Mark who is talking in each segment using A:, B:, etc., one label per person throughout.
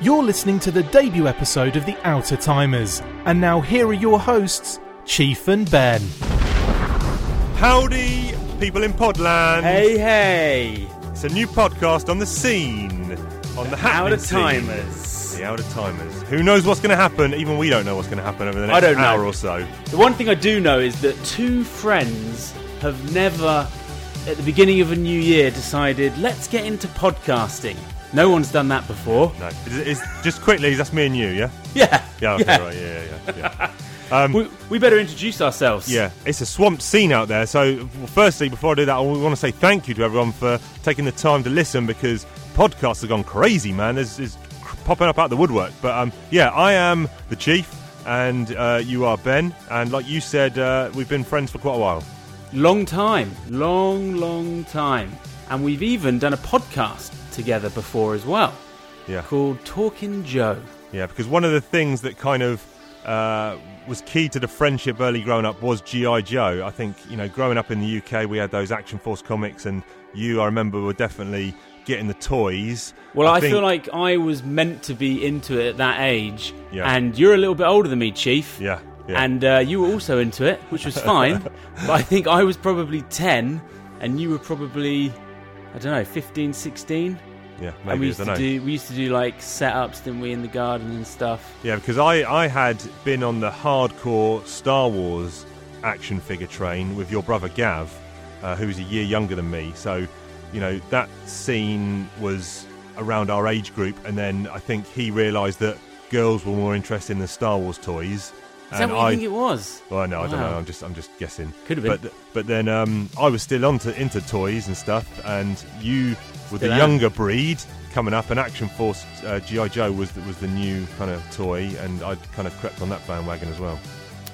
A: You're listening to the debut episode of The Outer Timers, and now here are your hosts, Chief and Ben.
B: Howdy, people in Podland.
C: Hey, hey!
B: It's a new podcast on the scene, on the
C: Out
B: happening
C: of
B: scene.
C: timers.
B: The Out of Timers. Who knows what's going to happen? Even we don't know what's going to happen over the next
C: I don't know.
B: hour or so.
C: The one thing I do know is that two friends have never, at the beginning of a new year, decided, let's get into podcasting. No one's done that before.
B: No, it's, it's- just quickly. That's me and you, yeah.
C: Yeah.
B: Yeah, okay, right, yeah, yeah, yeah.
C: We, we better introduce ourselves.
B: Um, yeah, it's a swamp scene out there. So, well, firstly, before I do that, I want to say thank you to everyone for taking the time to listen because podcasts have gone crazy, man. There's, there's cr- popping up out of the woodwork. But um, yeah, I am the chief, and uh, you are Ben. And like you said, uh, we've been friends for quite a while.
C: Long time. Long, long time. And we've even done a podcast together before as well
B: Yeah.
C: called Talking Joe.
B: Yeah, because one of the things that kind of uh, was key to the friendship early growing up was GI Joe. I think you know, growing up in the UK, we had those Action Force comics, and you, I remember, were definitely getting the toys.
C: Well, I,
B: think-
C: feel like I was meant to be into it at that age,
B: Yeah.
C: and you're a little bit older than me, Chief.
B: Yeah, yeah.
C: And uh, you were also into it, which was fine. but I think I was probably 10, and you were probably, I don't know, 15, 16.
B: yeah,
C: and we
B: maybe I
C: used
B: don't
C: to
B: know.
C: do we used to do like setups, didn't we, in the garden and stuff?
B: Yeah, because I, I had been on the hardcore Star Wars action figure train with your brother Gav, uh, who's a year younger than me. So, you know, that scene was around our age group. And then I think he realised that girls were more interested in the Star Wars toys.
C: Is that what you
B: I,
C: think it was?
B: well, no, I don't
C: Wow.
B: know. I'm just, I'm just guessing.
C: Could have been.
B: But, th- but then um, I was still onto into toys and stuff, and you were the
C: Still am.
B: younger breed coming up, and Action Force uh, GI Joe was the, was the new kind of toy, and I kind of crept on that bandwagon as well.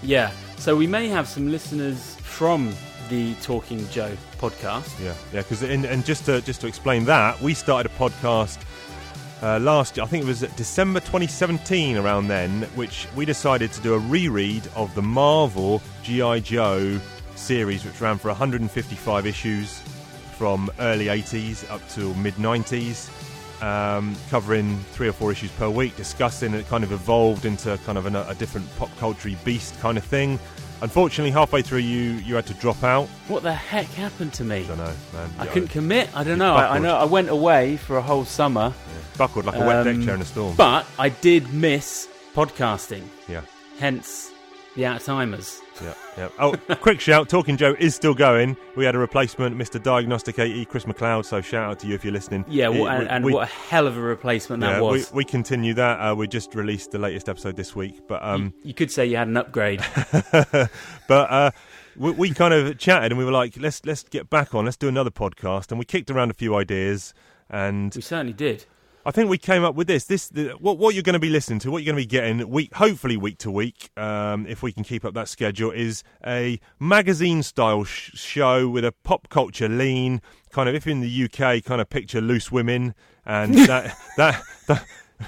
C: Yeah. So we may have some listeners from the Talking Joe podcast.
B: Yeah, yeah. Because and just to just to explain that, we started a podcast uh, last year. I think it was December 2017 around then, which we decided to do a reread of the Marvel GI Joe series, which ran for 155 issues from early 80s up to mid 90s. Um, covering three or four issues per week, discussing it kind of evolved into kind of an, a different pop culture beast kind of thing. Unfortunately, halfway through, you you had to drop out.
C: What the heck happened to me?
B: I don't know, man.
C: I
B: Yeah,
C: couldn't commit. I don't
B: You
C: know. I, I
B: buckled.
C: know. I went away for a whole summer,
B: buckled like a wet deck
C: Um,
B: chair in a storm.
C: but I did miss podcasting.
B: yeah,
C: Hence, the out timers.
B: yeah, yeah. Oh, quick shout! Talking Joe is still going. We had a replacement, Mr. Diagnostic AE, Chris McLeod. So shout out to you if you're listening.
C: Yeah,
B: It-
C: wha- and, and
B: we-
C: what a hell of a replacement that
B: yeah, we,
C: was.
B: we continue that. Uh, we just released the latest episode this week, but um,
C: you could say you had an upgrade.
B: but uh, we, we kind of chatted and we were like, let's let's get back on, let's do another podcast, and we kicked around a few ideas, and
C: we certainly did.
B: I think we came up with this. This the, what what you're going to be listening to, what you're going to be getting week, hopefully week to week, um, if we can keep up that schedule, is a magazine style sh- show with a pop culture lean. Kind of, if in the UK, kind of picture loose women, and that that. that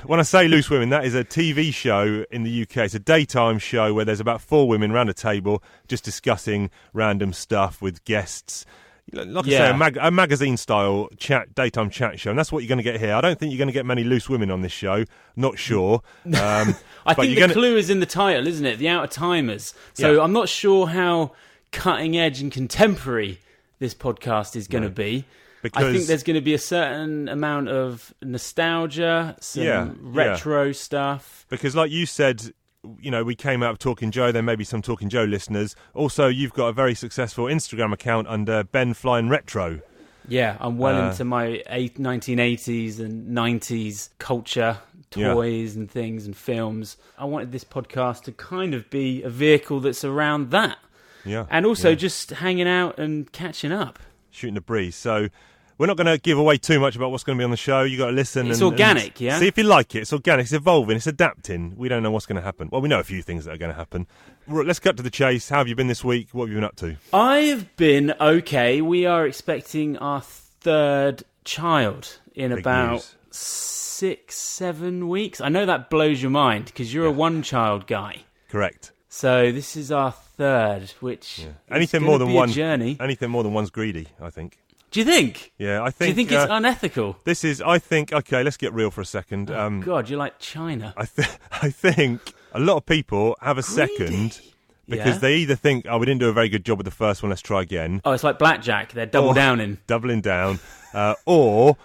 B: when I say loose women, that is a TV show in the UK. It's a daytime show where there's about four women round a table just discussing random stuff with guests. Like I say, a
C: Yeah.
B: mag- a magazine style chat, daytime chat show, and that's what you're going to get here. I don't think you're going to get many loose women on this show. Not sure. Um,
C: I
B: but
C: think
B: you're
C: the
B: gonna-
C: clue is in the title, isn't it? The out timers. So
B: Yeah.
C: I'm not sure how cutting edge and contemporary this podcast is going to be. I
B: Because-
C: think there's going to be a certain amount of nostalgia, some
B: Yeah, yeah.
C: retro stuff.
B: because, like you said, you know, we came out of Talking Joe. There may be some Talking Joe listeners. Also, you've got a very successful Instagram account under Ben Flying Retro.
C: Yeah, I'm well
B: Uh,
C: into my eight, 1980s and 90s culture,
B: Yeah.
C: toys and things and films. I wanted this podcast to kind of be a vehicle that's around that
B: Yeah,
C: and also
B: yeah.
C: just hanging out and catching up.
B: shooting the breeze. So. We're not going to give away too much about what's going to be on the show. You got to listen.
C: It's
B: and- and
C: organic, yeah?
B: See if you like it. It's organic. It's evolving. It's adapting. We don't know what's going to happen. Well, we know a few things that are going to happen. Right, Let's cut to the chase. How have you been this week? What have you been up to?
C: I've been okay. We are expecting our third child in
B: Big
C: about
B: news.
C: six, seven weeks. I know that blows your mind because you're a one child guy.
B: Correct.
C: So this is our third, which is
B: Anything
C: gonna
B: more than
C: be a
B: one
C: journey.
B: Anything more than one's greedy, I think.
C: Do you think?
B: Yeah, I
C: Do
B: think.
C: you think
B: uh,
C: it's unethical?
B: this is? I think. Okay, let's get real for a second. um,
C: Oh, God, you're like China.
B: I, th- I think a lot of people have a second because
C: Yeah.
B: they either think, "Oh, we didn't do a very good job with the first one. Let's try again."
C: Oh, it's like blackjack. They're double
B: Or-
C: downing.
B: doubling down, uh, or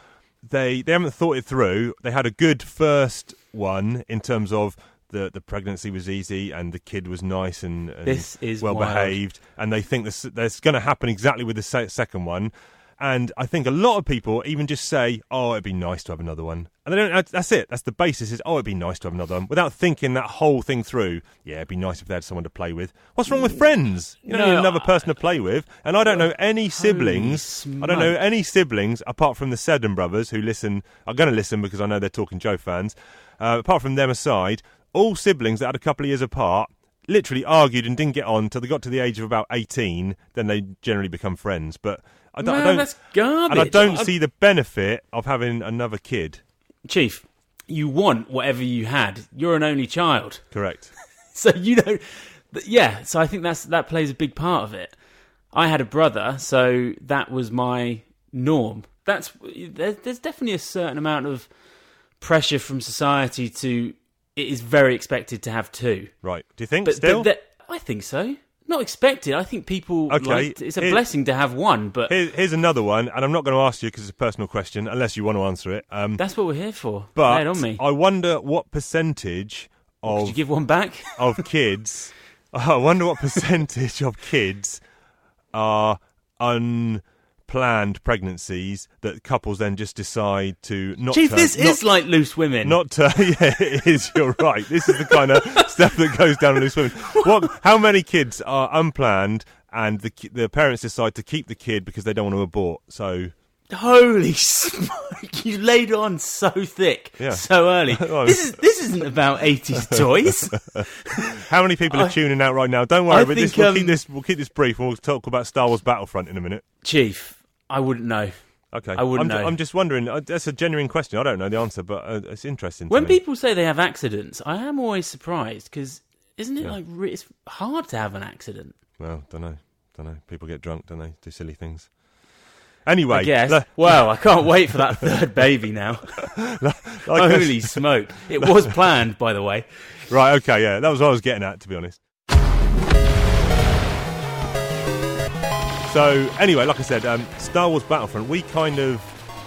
B: they they haven't thought it through. They had a good first one in terms of the the pregnancy was easy and the kid was nice and, and
C: This is
B: well
C: wild.
B: behaved, and they think this that's going to happen exactly with the se- second one. And I think a lot of people even just say, "Oh, it'd be nice to have another one," and they don't. That's it. That's the basis. Is oh, it'd be nice to have another one without thinking that whole thing through. Yeah, it'd be nice if they had someone to play with. What's wrong with friends? You don't
C: Mm. No,
B: need another person to play with. And I don't know any siblings.
C: Holy
B: I don't know
C: smokes.
B: any siblings apart from the Seddon brothers who listen. Are going to listen because I know they're talking Joe fans. Uh, apart from them aside, all siblings that had a couple of years apart literally argued and didn't get on till they got to the age of about eighteen. Then they generally become friends. But I don't. I
C: Man,
B: don't-
C: that's garbage.
B: and I don't
C: I-
B: see the benefit of having another kid.
C: Chief, you want whatever you had. You're an only child.
B: Correct.
C: so you don't th- yeah so i think that's that plays a big part of it i had a brother so that was my norm that's there, there's definitely a certain amount of pressure from society to it is very expected to have two
B: Right. Do you think
C: but,
B: still?
C: but that, i think so not expected i think people
B: Okay,
C: like- it's a
B: here-
C: blessing to have one but
B: Here- here's another one, and I'm not going to ask you because it's a personal question, unless you want to answer it. Um,
C: that's what we're here for Lay
B: but
C: it on me
B: I wonder what percentage
C: could
B: of
C: you give one back
B: of kids. I wonder what percentage of kids are unplanned pregnancies that couples then just decide to not.
C: chief
B: turn-
C: this
B: not-
C: is like loose women
B: Not to, yeah, it is. You're right. This is the kind of stuff that goes down in loose women. What? How many kids are unplanned and the ki- the parents decide to keep the kid because they don't want to abort? So
C: Holy smoke! You laid on so thick,
B: Yeah.
C: so early.
B: Well,
C: this is this isn't about eighties toys.
B: How many people are
C: I-
B: tuning out right now? Don't worry,
C: I
B: but this,
C: think,
B: we'll
C: um,
B: keep this we'll keep this brief, and we'll talk about Star Wars Battlefront in a minute.
C: Chief, I wouldn't know.
B: Okay,
C: I wouldn't
B: I'm, ju-
C: know.
B: I'm just wondering. uh, That's a genuine question. I don't know the answer, but uh, it's interesting. to
C: When
B: me.
C: people say they have accidents, I am always surprised because isn't it like re- it's hard to have an accident?
B: well, don't know, don't know. People get drunk, don't they? Do silly things. Anyway,
C: I guess.
B: le-
C: Wow, I can't wait for that third baby now.
B: like-
C: Holy smoke! It was planned, by the way.
B: right, okay, yeah, that was what I was getting at, to be honest. So anyway, like I said, um, Star Wars Battlefront. We kind of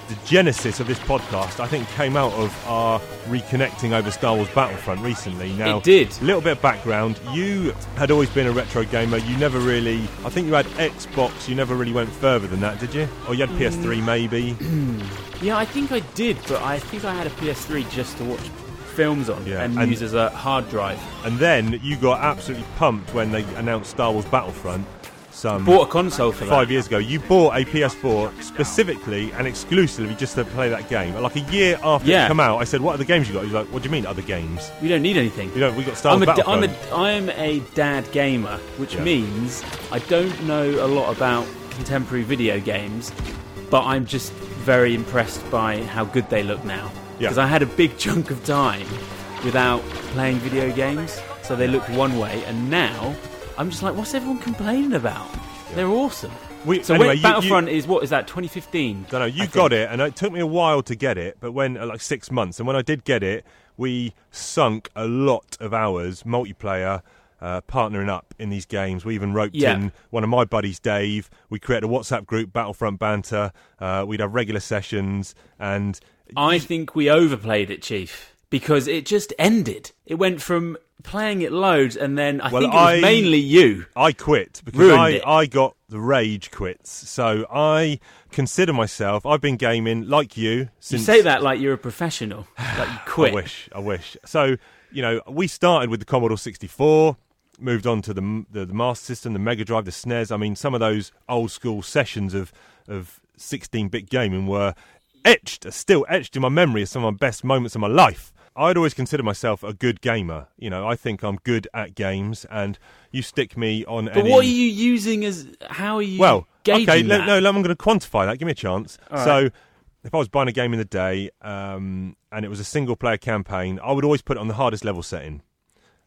B: the genesis of this podcast, I think, came out of our reconnecting over Star Wars Battlefront recently. Now,
C: It did.
B: A little bit of background. You had always been a retro gamer. You never really, I think, you had Xbox. You never really went further than that, did you? Or you had PS3, maybe.
C: Yeah, I think I did, but I think I had a PS3 just to watch films on
B: Yeah,
C: and,
B: and-
C: use as a hard drive.
B: And then you got absolutely pumped when they announced Star Wars Battlefront. Some
C: Bought a console for that.
B: five years ago, you bought a PS4 specifically and exclusively just to play that game. Like a year after it
C: Yeah.
B: come out, I said, "What other games you got?" He's like, "What do you mean other games?
C: We don't need anything.
B: You know, we got Star
C: I'm
B: Wars
C: a, d- I'm
B: Battlefront."
C: a, I'm a dad gamer, which
B: Oh, Yeah.
C: means I don't know a lot about contemporary video games, but I'm just very impressed by how good they look now.
B: Yeah.
C: Because I had a big chunk of time without playing video games, so they looked one way, and now I'm just like, what's everyone complaining about? They're awesome.
B: We-
C: so
B: anyway,
C: when
B: you-
C: Battlefront is what is that 2015?
B: don't know. You got it, and it took me a while to get it, but when uh, like six months, and when I did get it, we sunk a lot of hours multiplayer. Uh, partnering up in these games, we even roped
C: Yeah.
B: in one of my buddies, Dave. We created a WhatsApp group, Battlefront banter. Uh, we'd have regular sessions, and
C: I think we overplayed it, Chief, because it just ended. It went from playing it loads, and then I
B: Well,
C: think it was
B: I-
C: mainly you.
B: I quit because
C: Ruined
B: I,
C: it.
B: I got the rage quits. So I consider myself, I've been gaming like you
C: You
B: since.
C: say that like you're a professional, like you quit.
B: I wish, I wish. So, you know, we started with the Commodore 64, moved on to the, the, the Master System, the Mega Drive, the SNES. I mean, some of those old school sessions of, of 16 bit gaming were etched, are still etched in my memory as some of my best moments of my life. I'd always consider myself a good gamer. You know, I think I'm good at games, and you stick me on
C: But
B: any.
C: what are you using as? How are you?
B: Well,
C: gauging
B: okay,
C: that?
B: no, no, I'm going to quantify that. Give me a chance. so, if I was buying a game in the day um, and it was a single player campaign, I would always put it on the hardest level setting.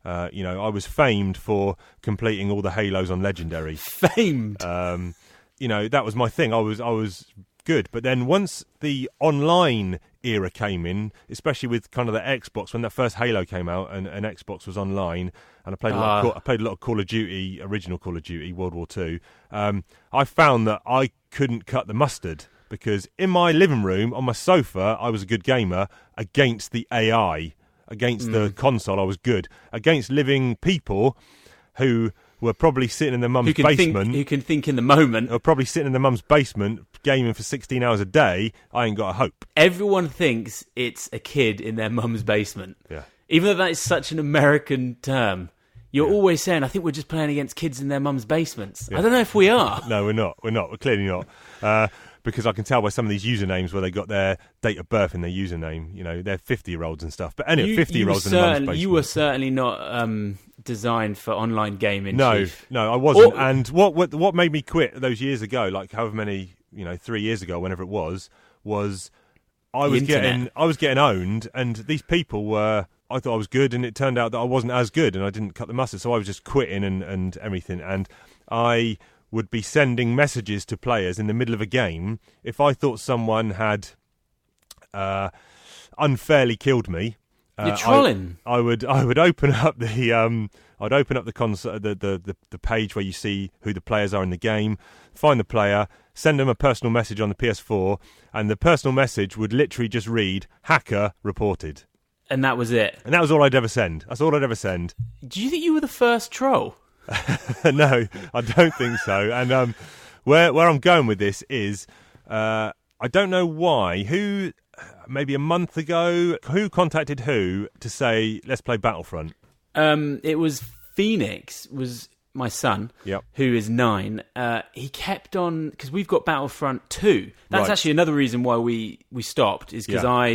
B: Uh, you know, I was famed for completing all the Halos on Legendary.
C: famed.
B: Um, you know that was my thing. I was I was good, but then once the online era came in, especially with kind of the Xbox when that first Halo came out and, and Xbox was online, and I played a lot. Of,
C: Ah.
B: Call- I played a lot of Call of Duty, original Call of Duty, World War Two. Um, I found that I couldn't cut the mustard because in my living room on my sofa, I was a good gamer against the AI, against the
C: Mm.
B: console. I was good against living people who were probably sitting in their mum's
C: Who can
B: basement
C: think? Who can think in the moment?
B: are probably sitting in their mum's basement gaming for 16 hours a day, I ain't got a hope.
C: Everyone thinks it's a kid in their mum's basement.
B: Yeah.
C: Even though that is such an American term, you're always saying, "I think we're just playing against kids in their mum's basements." I don't know if we are.
B: No, we're not. We're not. We're clearly not. Uh, because I can tell by some of these usernames where they got their date of birth in their username. You know, they're 50 year olds and stuff. But anyway,
C: You-
B: 50 year
C: you
B: olds in their mum's
C: certain-
B: basement.
C: You were certainly not um, designed for online gaming.
B: No,
C: Chief.
B: no, I wasn't.
C: Or-
B: and what, what what made me quit those years ago, like however many you know, three years ago, whenever it was, was I
C: The
B: was
C: internet.
B: getting I was getting owned, and these people were. I thought I was good, and it turned out that I wasn't as good, and I didn't cut the mustard, so I was just quitting and and everything, and I would be sending messages to players in the middle of a game if I thought someone had uh, unfairly killed me. Uh,
C: You're
B: I-
C: trolling.
B: I would I would open up the um I'd open up the concert the, the the the page where you see who the players are in the game, find the player, send them a personal message on the PS4, and the personal message would literally just read "hacker reported,"
C: and that was it.
B: and that was all I'd ever send. That's all I'd ever send.
C: Do you think you were the first troll?
B: no, I don't think so. And um, where where I'm going with this is, uh, I don't know why. Who maybe a month ago who contacted who to say let's play Battlefront.
C: Um, it was Phoenix. Was my son,
B: Yep.
C: who is nine. Uh, he kept on because we've got Battlefront two. That's
B: Right.
C: actually another reason why we we stopped is because
B: Yeah.
C: I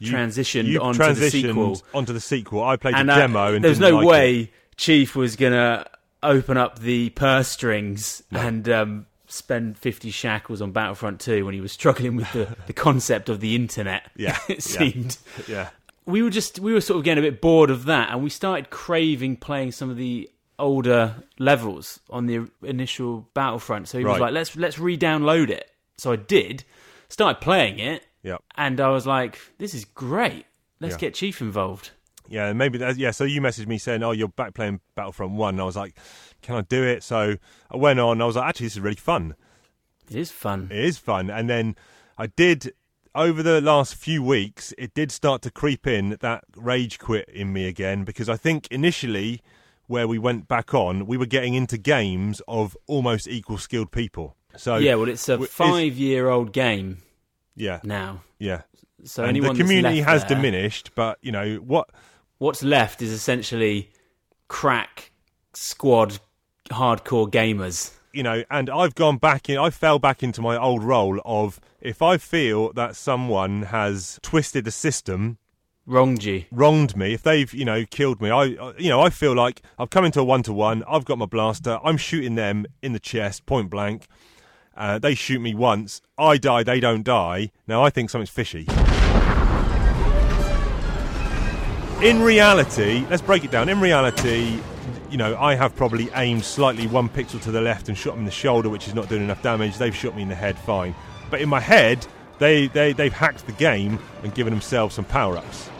B: You-
C: transitioned
B: you
C: onto the
B: transitioned
C: sequel,
B: onto the sequel. I played
C: and
B: the
C: uh,
B: demo, and
C: there was
B: didn't
C: no
B: like it.
C: way Chief was gonna open up the purse strings and. Um, Spend fifty shackles on Battlefront Two when he was struggling with the, the concept of the internet.
B: Yeah, yeah.
C: it seemed
B: Yeah,
C: we were just we were sort of getting a bit bored of that, and we started craving playing some of the older levels on the initial Battlefront. So he was
B: Right.
C: like, "Let's let's re-download it." So I did, started playing it,
B: yeah,
C: and I was like, "This is great. Let's
B: Yeah.
C: get Chief involved."
B: yeah. Maybe that. Yeah. So you messaged me saying, "Oh, you're back playing Battlefront One." And I was like, "Can I do it?" So I went on. I was like, "Actually, this is really fun.
C: It is fun.
B: It is fun." And then I did. Over the last few weeks, it did start to creep in that rage quit in me again because I think initially, where we went back on, we were getting into games of almost equal skilled people. So
C: yeah, well, it's a
B: w- is-
C: five-year-old game
B: yeah,
C: now,
B: yeah.
C: so
B: and
C: anyone
B: the community
C: that's
B: has
C: left there-
B: diminished, but you know what?
C: What's left is essentially crack squad hardcore gamers.
B: You know, and I've gone back in. I fell back into my old role of if I feel that someone has twisted the system,
C: Wrong G.
B: wronged me, if they've you know killed me, I I- you know I feel like I've come into a one to one. I've got my blaster. I'm shooting them in the chest, point blank. Uh, they shoot me once. I die. They don't die. Now I think something's fishy. In reality, let's break it down. In reality, you know, I have probably aimed slightly one pixel to the left and shot them in the shoulder, which is not doing enough damage. They've shot me in the head, fine. But in my head, they, they, they've hacked the game and given themselves some power ups.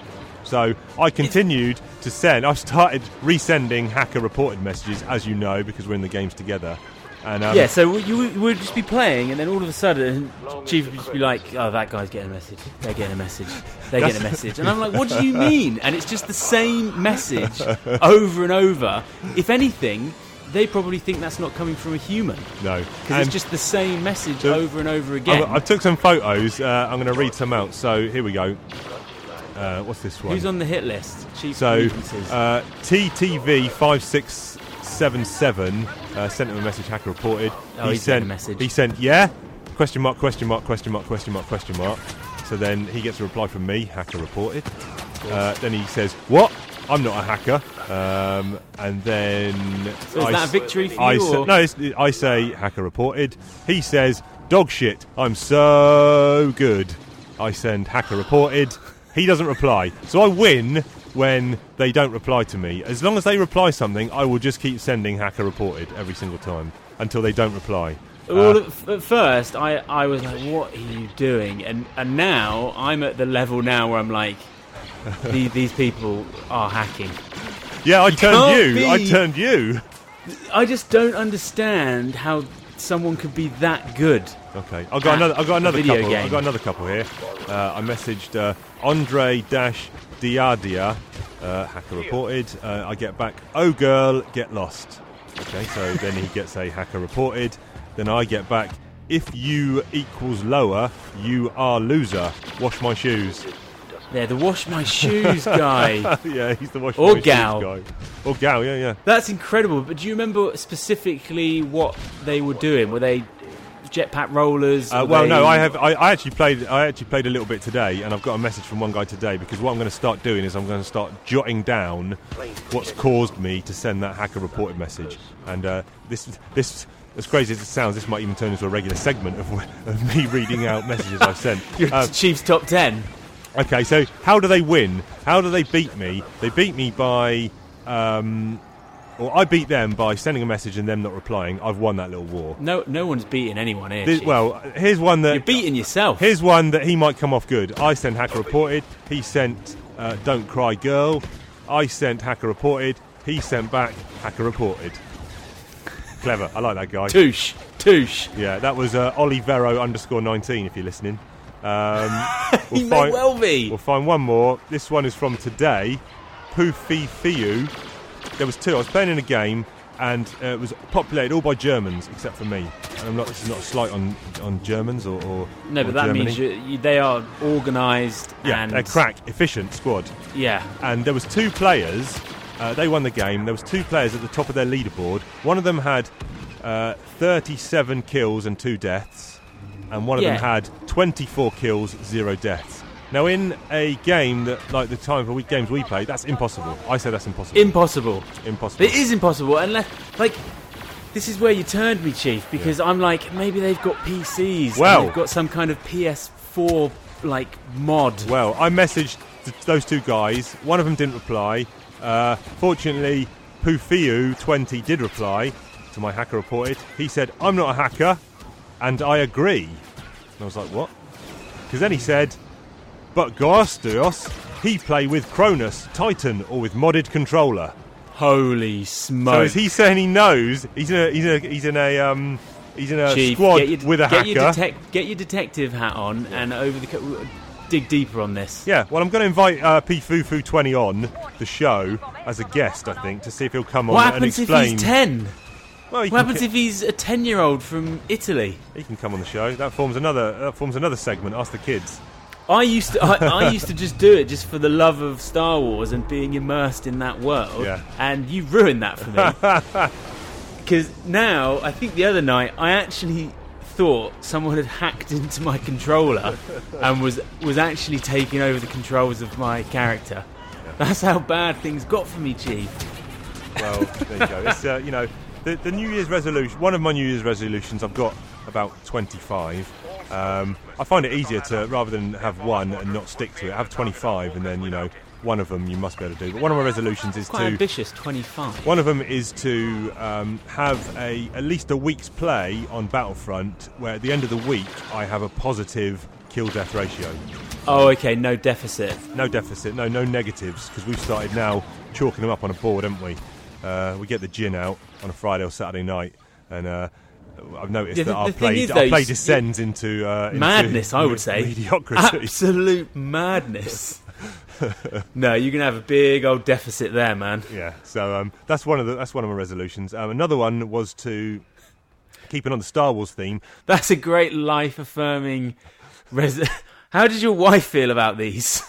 B: So I continued to send. I've started resending hacker reported messages, as you know, because we're in the games together. And um,
C: yeah, so you you would just be playing, and then all of a sudden, Chief would just be like, "Oh, that guy's getting a message. They're getting a message. They're getting a message." And I'm like, "What do you mean?" And it's just the same message over and over. If anything, they probably think that's not coming from a human
B: no,
C: because
B: And-
C: it's just the same message
B: So-
C: over and over again.
B: I, I took some photos. Uh, I'm going to read some out. So here we go. Uh, what's this one?
C: Who's on the hit list? Chief
B: so
C: grievances.
B: uh, TTV five six seven seven uh, sent him a message. Hacker reported.
C: Oh, he sent a message.
B: He sent yeah. Question mark? Question mark? Question mark? Question mark? Question mark? So then he gets a reply from me. Hacker reported. Uh, then he says, "What? I'm not a hacker." Um, and then
C: so is
B: I
C: that a
B: s-
C: victory for
B: I
C: you?
B: say,
C: or-
B: no, it's, I say hacker reported. He says dog shit. I'm so good. I send hacker reported. He doesn't reply, so I win when they don't reply to me. As long as they reply Uh, something, I will just keep sending hacker reported every single time until they don't reply.
C: Well, at f- at first, I, I was like, "What are you doing?" And and now I'm at the level now where I'm like, "These, these people are hacking."
B: Yeah, I turned
C: can't
B: you. I
C: be-
B: turned you.
C: I just don't understand how someone could be that good.
B: Okay, I got another. I got another
C: video
B: couple. I
C: game.
B: got another couple here. Uh, I messaged uh, Andre Dash Diadia. Uh, hacker reported. Uh, I get back. Oh girl, get lost. Okay, so then he gets a hacker reported. Then I get back. If you equals lower, you are loser. Wash my shoes.
C: They're the wash my shoes guy.
B: yeah, he's the wash
C: Or
B: my
C: gal.
B: shoes guy. Or gal. Yeah, yeah.
C: That's incredible. But do you remember specifically what they were doing? Were they jetpack rollers?
B: Uh,
C: Were
B: well,
C: they-
B: no, I have. I, I actually played. I actually played a little bit today, and I've got a message from one guy today because what I'm going to start doing is I'm going to start jotting down what's caused me to send that hacker reported message. And uh, this, this, as crazy as it sounds, this might even turn into a regular segment of, of me reading out messages I've sent.
C: Your
B: Uh,
C: Chiefs top ten.
B: Okay, so how do they win? How do they beat me? They beat me by, um, or I beat them by sending a message and them not replying. I've won that little war.
C: No, no one's beating anyone here.
B: This,
C: Chief.
B: well, here's one that
C: you're beating yourself.
B: Here's one that he might come off good. I sent Hacker Reported. He sent uh, Don't Cry Girl. I sent Hacker Reported. He sent back Hacker Reported. Clever. I like that guy.
C: Touche, touche.
B: Yeah, that was uh, Olivero underscore 19 if you're listening. Um, we'll
C: He may well be.
B: We'll find one more. This one is from today. Poofy Fiu. There was two. I was playing in a game, and uh, it was populated all by Germans except for me. And I'm not. This is not a slight on on Germans or, or
C: No,
B: or
C: but that
B: Germany.
C: means you, you, they are organised
B: Yeah,
C: and
B: a crack, efficient squad.
C: Yeah,
B: And there was two players. Uh, they won the game. There was two players at the top of their leaderboard. One of them had uh, 37 kills and two deaths, and one of
C: Yeah.
B: them had 24 kills, zero deaths. Now, in a game that, like the time for we, games we play, that's impossible. I say that's impossible.
C: impossible.
B: impossible.
C: It is impossible unless, like, this is where you turned me, Chief, because I'm like, maybe they've got PCs. and
B: Well-
C: they've got some kind of PS4 like mod.
B: Well, I messaged th- those two guys. One of them didn't reply. Uh, fortunately, Pufiu20 did reply to my hacker reported. He said, I'm not a hacker, and I agree. And I was like, what? Because then he said, but Garstios, he play with Cronus, Titan, or with modded controller.
C: Holy
B: So
C: smoke!
B: is he saying he knows? He's in a he's in a he's in a um he's in a
C: Chief,
B: squad
C: get your,
B: with a
C: get
B: hacker.
C: Your detec- get your detective hat on and over the co- dig deeper on this.
B: Yeah, well, I'm going to invite uh, PFUFU20 on the show as a guest, I think, to see if he'll come on
C: What
B: and
C: happens if
B: explain.
C: he's ten?
B: Well, he
C: What
B: can,
C: happens if he's a ten-year-old from Italy?
B: he can come on the show. That forms another that forms another segment. Ask the kids.
C: I used to, I, I used to just do it just for the love of Star Wars and being immersed in that world.
B: Yeah.
C: And you ruined that for me. Because now, I think the other night, I actually thought someone had hacked into my controller and was was actually taking over the controls of my character. That's how bad things got for me, Chief.
B: Well, there you go. It's uh, you know the, the New Year's resolution. One of my New Year's resolutions. I've got about 25. Um, I find it easier to rather than have one and not stick to it. Have 25 and then you know one of them you must be able to do. But one of my resolutions is
C: Quite
B: to
C: ambitious, 25.
B: One of them is to um, have a at least a week's play on Battlefront, where at the end of the week I have a positive kill death ratio.
C: Oh, okay, no deficit.
B: No deficit, no no negatives, because we've started now chalking them up on a board, haven't we? Uh, we get the gin out on a Friday or Saturday night, and uh, I've noticed
C: Yeah,
B: that
C: the-
B: our
C: the thing
B: play
C: is, though,
B: our play
C: you-
B: descends into, uh, into
C: madness, I would say.
B: mediocrity.
C: Absolute madness. no, you're gonna have a big old deficit there, man.
B: Yeah, so um, that's one of the that's one of my resolutions. Um, another one was to keeping on the Star Wars theme.
C: That's a great life affirming. Res- How did your wife feel about these?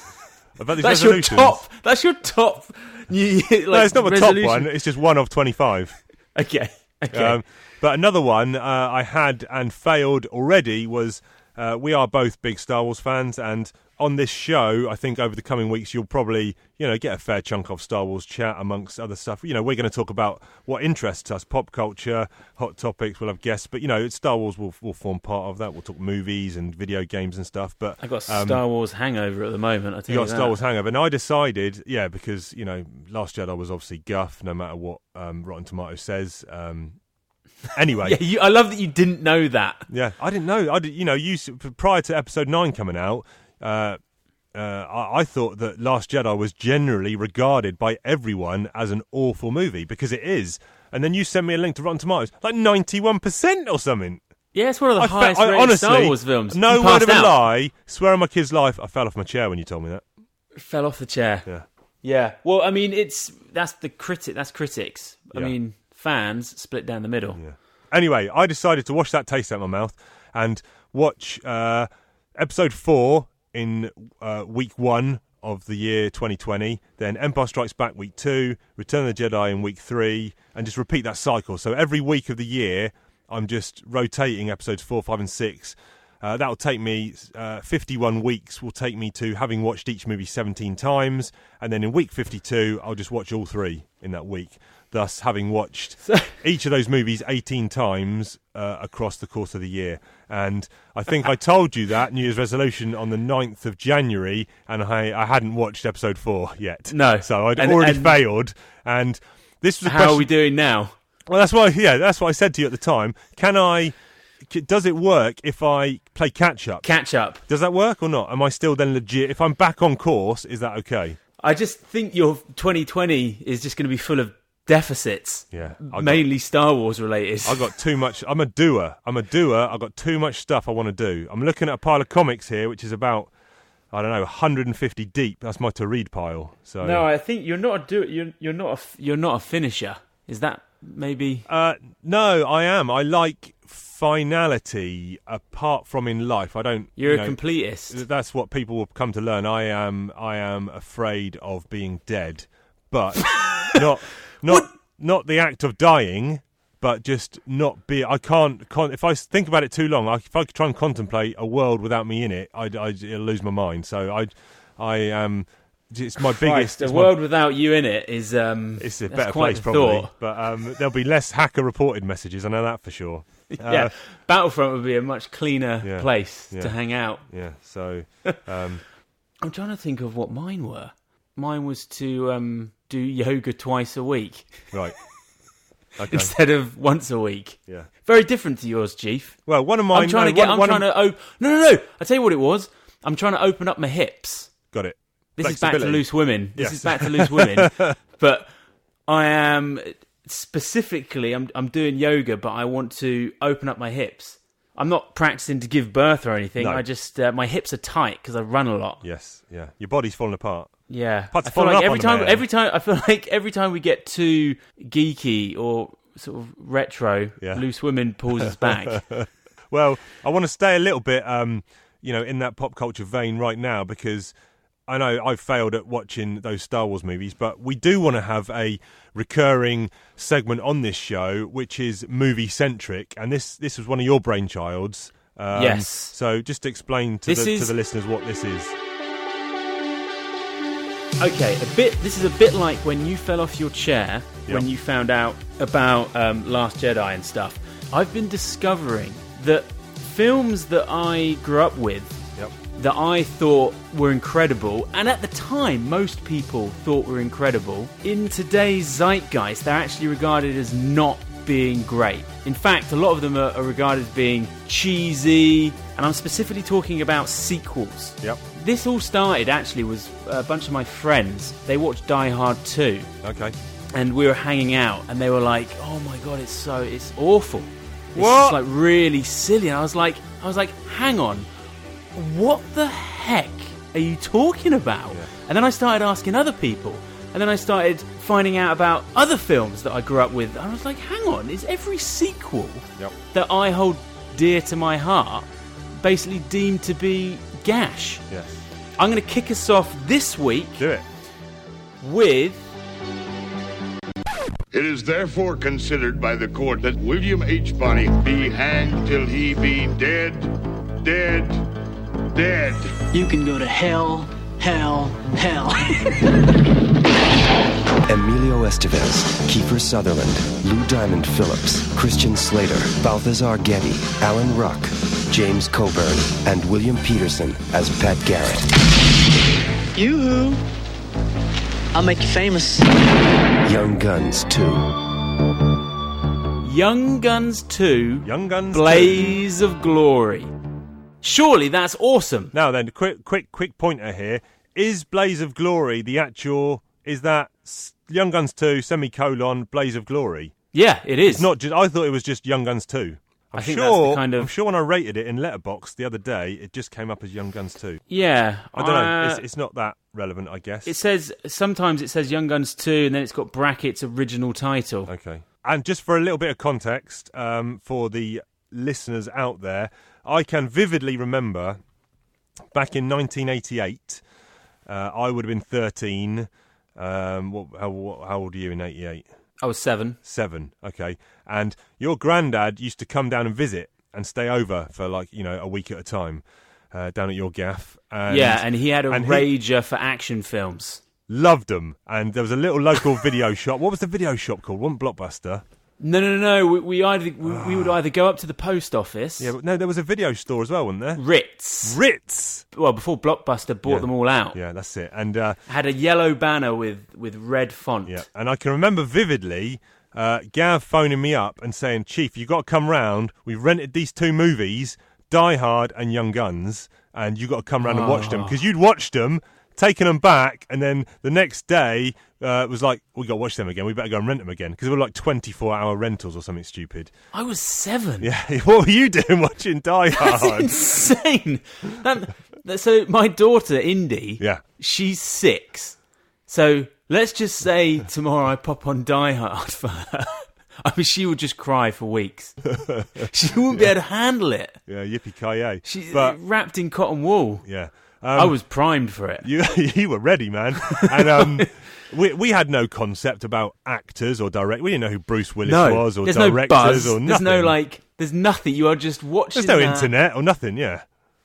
B: About these
C: That's your
B: resolutions.
C: top. That's your top. New Year, like,
B: no, it's not my
C: resolution.
B: top one. It's just one of twenty-five.
C: Okay. Okay.
B: Um, but another one uh, I had and failed already was uh, we are both big Star Wars fans, and on this show, I think over the coming weeks you'll probably you know get a fair chunk of Star Wars chat amongst other stuff. You know, we're going to talk about what interests us, pop culture, hot topics. We'll have guests, but you know, Star Wars will will form part of that. We'll talk movies and video games and stuff. But
C: I got
B: um,
C: Star Wars hangover at the moment. I tell
B: you
C: you,
B: got
C: that.
B: Star Wars hangover, and I decided, yeah, because you know, Last Jedi was obviously guff, no matter what um, Rotten Tomatoes says. Um, Anyway,
C: Yeah, you, I love that you didn't know that.
B: Yeah, I didn't know. I did, you know, you s- p- prior to episode nine coming out, uh, uh, I, I thought that Last Jedi was generally regarded by everyone as an awful movie because it is. And then you sent me a link to Rotten Tomatoes, like ninety-one percent or something.
C: Yeah, it's one of the
B: I, fe-
C: highest
B: I
C: rated
B: honestly,
C: Star Wars films.
B: no
C: You
B: word
C: passed
B: of a
C: out.
B: lie, swear on my kid's life, I fell off my chair when you told me that.
C: Fell off the chair.
B: Yeah.
C: Yeah. Well, I mean, it's that's the critic. That's critics. I
B: Yeah.
C: mean, fans split down the middle.
B: Yeah. Anyway, I decided to wash that taste out of my mouth and watch uh, episode four in uh, week one of the year 2020, then Empire Strikes Back week two, Return of the Jedi in week three, and just repeat that cycle. So every week of the year, I'm just rotating episodes four, five, and six. Uh, that'll take me uh, 51 weeks, will take me to having watched each movie 17 times. And then in week 52, I'll just watch all three in that week, thus having watched each of those movies 18 times uh, across the course of the year. And I think I told you that New Year's resolution on the 9th of January, and I, I hadn't watched episode four yet.
C: No.
B: So I'd
C: And-
B: already
C: and-
B: failed. And this was a
C: How
B: question.
C: are we doing now?
B: Well, that's why. Yeah, that's what I said to you at the time. Can I? c- Does it work if I play catch up?
C: Catch up.
B: does that work or not? Am I still then legit? If I'm back on course, is that okay?
C: I just think your 2020 is just going to be full of deficits.
B: Yeah, I got-
C: mainly Star Wars related.
B: I got too much. I'm a doer. I'm a doer. I've got too much stuff I want to do. I'm looking at a pile of comics here, which is about I don't know 150 deep. That's my to read pile. So
C: no, I think you're not a do. You're you're not a f- you're not a finisher. Is that maybe?
B: Uh, no, I am. I like finality. Apart from in life, I don't.
C: You're
B: you
C: a
B: know,
C: completist.
B: that's what people will come to learn. I am I am afraid of being dead, but not not not the act of dying, but just not be. I can't. Con- if I s- think about it too long, I, if I try and contemplate a world without me in it, I'd, I'd, it'll lose my mind. So I I am. It's my biggest.
C: Christ, a
B: it's my-
C: world without you in it is um.
B: it's a
C: that's
B: better
C: quite
B: place,
C: the
B: probably,
C: thought.
B: but um, there'll be less hacker reported messages. I know that for sure.
C: yeah, Battlefront would be a much cleaner
B: Uh, Yeah,
C: place
B: yeah.
C: to hang out.
B: Yeah. So
C: I'm trying to think of what mine were. Mine was to um, do yoga twice a week
B: right. Okay.
C: instead of once a week.
B: yeah.
C: Very different to yours, Chief.
B: Well, one of mine.
C: I'm trying to
B: no,
C: get.
B: one-
C: I'm
B: one of-
C: trying to. Op- no, no, no. I tell you what it was. I'm trying to open up my hips.
B: Got it.
C: This is back to
B: Flexibility.
C: loose women. This
B: Yes.
C: is back to loose women. but I am specifically. I'm I'm doing yoga, but I want to open up my hips. I'm not practicing to give birth or anything.
B: No.
C: I just uh, my hips are tight because I run a lot.
B: Yes, yeah. Your body's falling apart.
C: Yeah,
B: Parts
C: I feel
B: falling up
C: like every
B: on the
C: time,
B: man.
C: every time, I feel like every time we get too geeky or sort of retro,
B: Yeah.
C: loose women pulls us back.
B: Well, I want to stay a little bit, um, you know, in that pop culture vein right now because I know I've failed at watching those Star Wars movies, but we do want to have a recurring segment on this show which is movie centric, and this this was one of your brainchilds. Um,
C: Yes.
B: So just to explain to
C: This
B: the, to
C: is-
B: the listeners what this is.
C: okay, a bit. This is a bit like when you fell off your chair
B: Yep.
C: when you found out about um, Last Jedi and stuff. I've been discovering that films that I grew up with
B: Yep.
C: that I thought were incredible, and at the time, most people thought were incredible. In today's zeitgeist, they're actually regarded as not being great. In fact, a lot of them are, are regarded as being cheesy, and I'm specifically talking about sequels.
B: Yep.
C: This all started actually was a bunch of my friends. They watched Die Hard 2
B: Okay.
C: and we were hanging out and they were like oh my god it's so it's awful it's
B: What?
C: just like really silly and i was like i was like hang on what the heck are you talking about and then i started asking other people and then i started finding out about other films that i grew up with and i was like hang on is every sequel
B: Yep.
C: that i hold dear to my heart basically deemed to be gash
B: Yes.
C: i'm going to kick us off this week
B: Do it.
C: with
D: It is therefore considered by the court that William H. Bonney be hanged till he be dead, dead, dead.
E: You can go to hell, hell, hell.
F: Emilio Estevez, Kiefer Sutherland, Lou Diamond Phillips, Christian Slater, Balthazar Getty, Alan Ruck, James Coburn, and William Peterson as Pat Garrett.
E: Yoo-hoo! I'll make you famous.
F: Young Guns 2.
C: Young Guns 2
B: Young Guns. two.
C: Blaze of Glory. Surely that's awesome.
B: Now then, quick, quick, quick pointer here. Is Blaze of Glory the actual? Is that s- Young Guns Two semicolon Blaze of Glory?
C: Yeah, it is.
B: It's not just. I thought it was just Young Guns Two. I'm
C: I think that's the
B: sure.
C: kind of-
B: I'm sure when I rated it in Letterbox the other day, it just came up as Young Guns Two.
C: yeah.
B: I don't know.
C: uh,
B: It's, it's not that relevant, I guess.
C: it says sometimes it says Young Guns 2 and then it's got brackets original title.
B: Okay. And just for a little bit of context um, for the listeners out there, I can vividly remember back in 1988, uh, I would have been 13. Um, what, how, what, how old are you in 88?
C: I was 7.
B: Seven. Okay. And your granddad used to come down and visit and stay over for like, you know, a week at a time uh, down at your gaff. And
C: yeah, and he had a
B: and he-
C: rager for action films.
B: Loved them. And there was a little local video shop. What was the video shop called? One Blockbuster.
C: No, no, no. We, we either we, we would either go up to the post office.
B: Ah. Yeah, but no, there was a video store as well, wasn't there?
C: Ritz.
B: Ritz.
C: Well, before Blockbuster bought
B: Yeah.
C: them all out,
B: Yeah, that's it. And uh,
C: had a yellow banner with with red font.
B: yeah, and I can remember vividly uh, Gav phoning me up and saying, "Chief, you got to come round. We've rented these two movies, Die Hard and Young Guns, and you got to come round and watch
C: Ah.
B: them because you'd watched them." Taken them back, and then the next day uh, it was like, "We got to watch them again. We better go and rent them again because they were like twenty-four hour rentals or something stupid."
C: I was seven.
B: Yeah, what were you doing watching Die
C: That's
B: Hard?
C: insane. That, that- so my daughter Indy,
B: Yeah.
C: she's six. So let's just say tomorrow I pop on Die Hard for her. I mean, she would just cry for weeks. she wouldn't be able to handle it.
B: yeah, yippee ki
C: She's
B: But
C: wrapped in cotton wool.
B: yeah,
C: I was primed for it.
B: You you were ready, man. And um, we we had no concept about actors or direct. We didn't know who Bruce Willis was or
C: there's no
B: directors
C: buzz.
B: or nothing.
C: There's no like. There's nothing. You are just watching.
B: There's no
C: that-
B: internet or nothing. Yeah.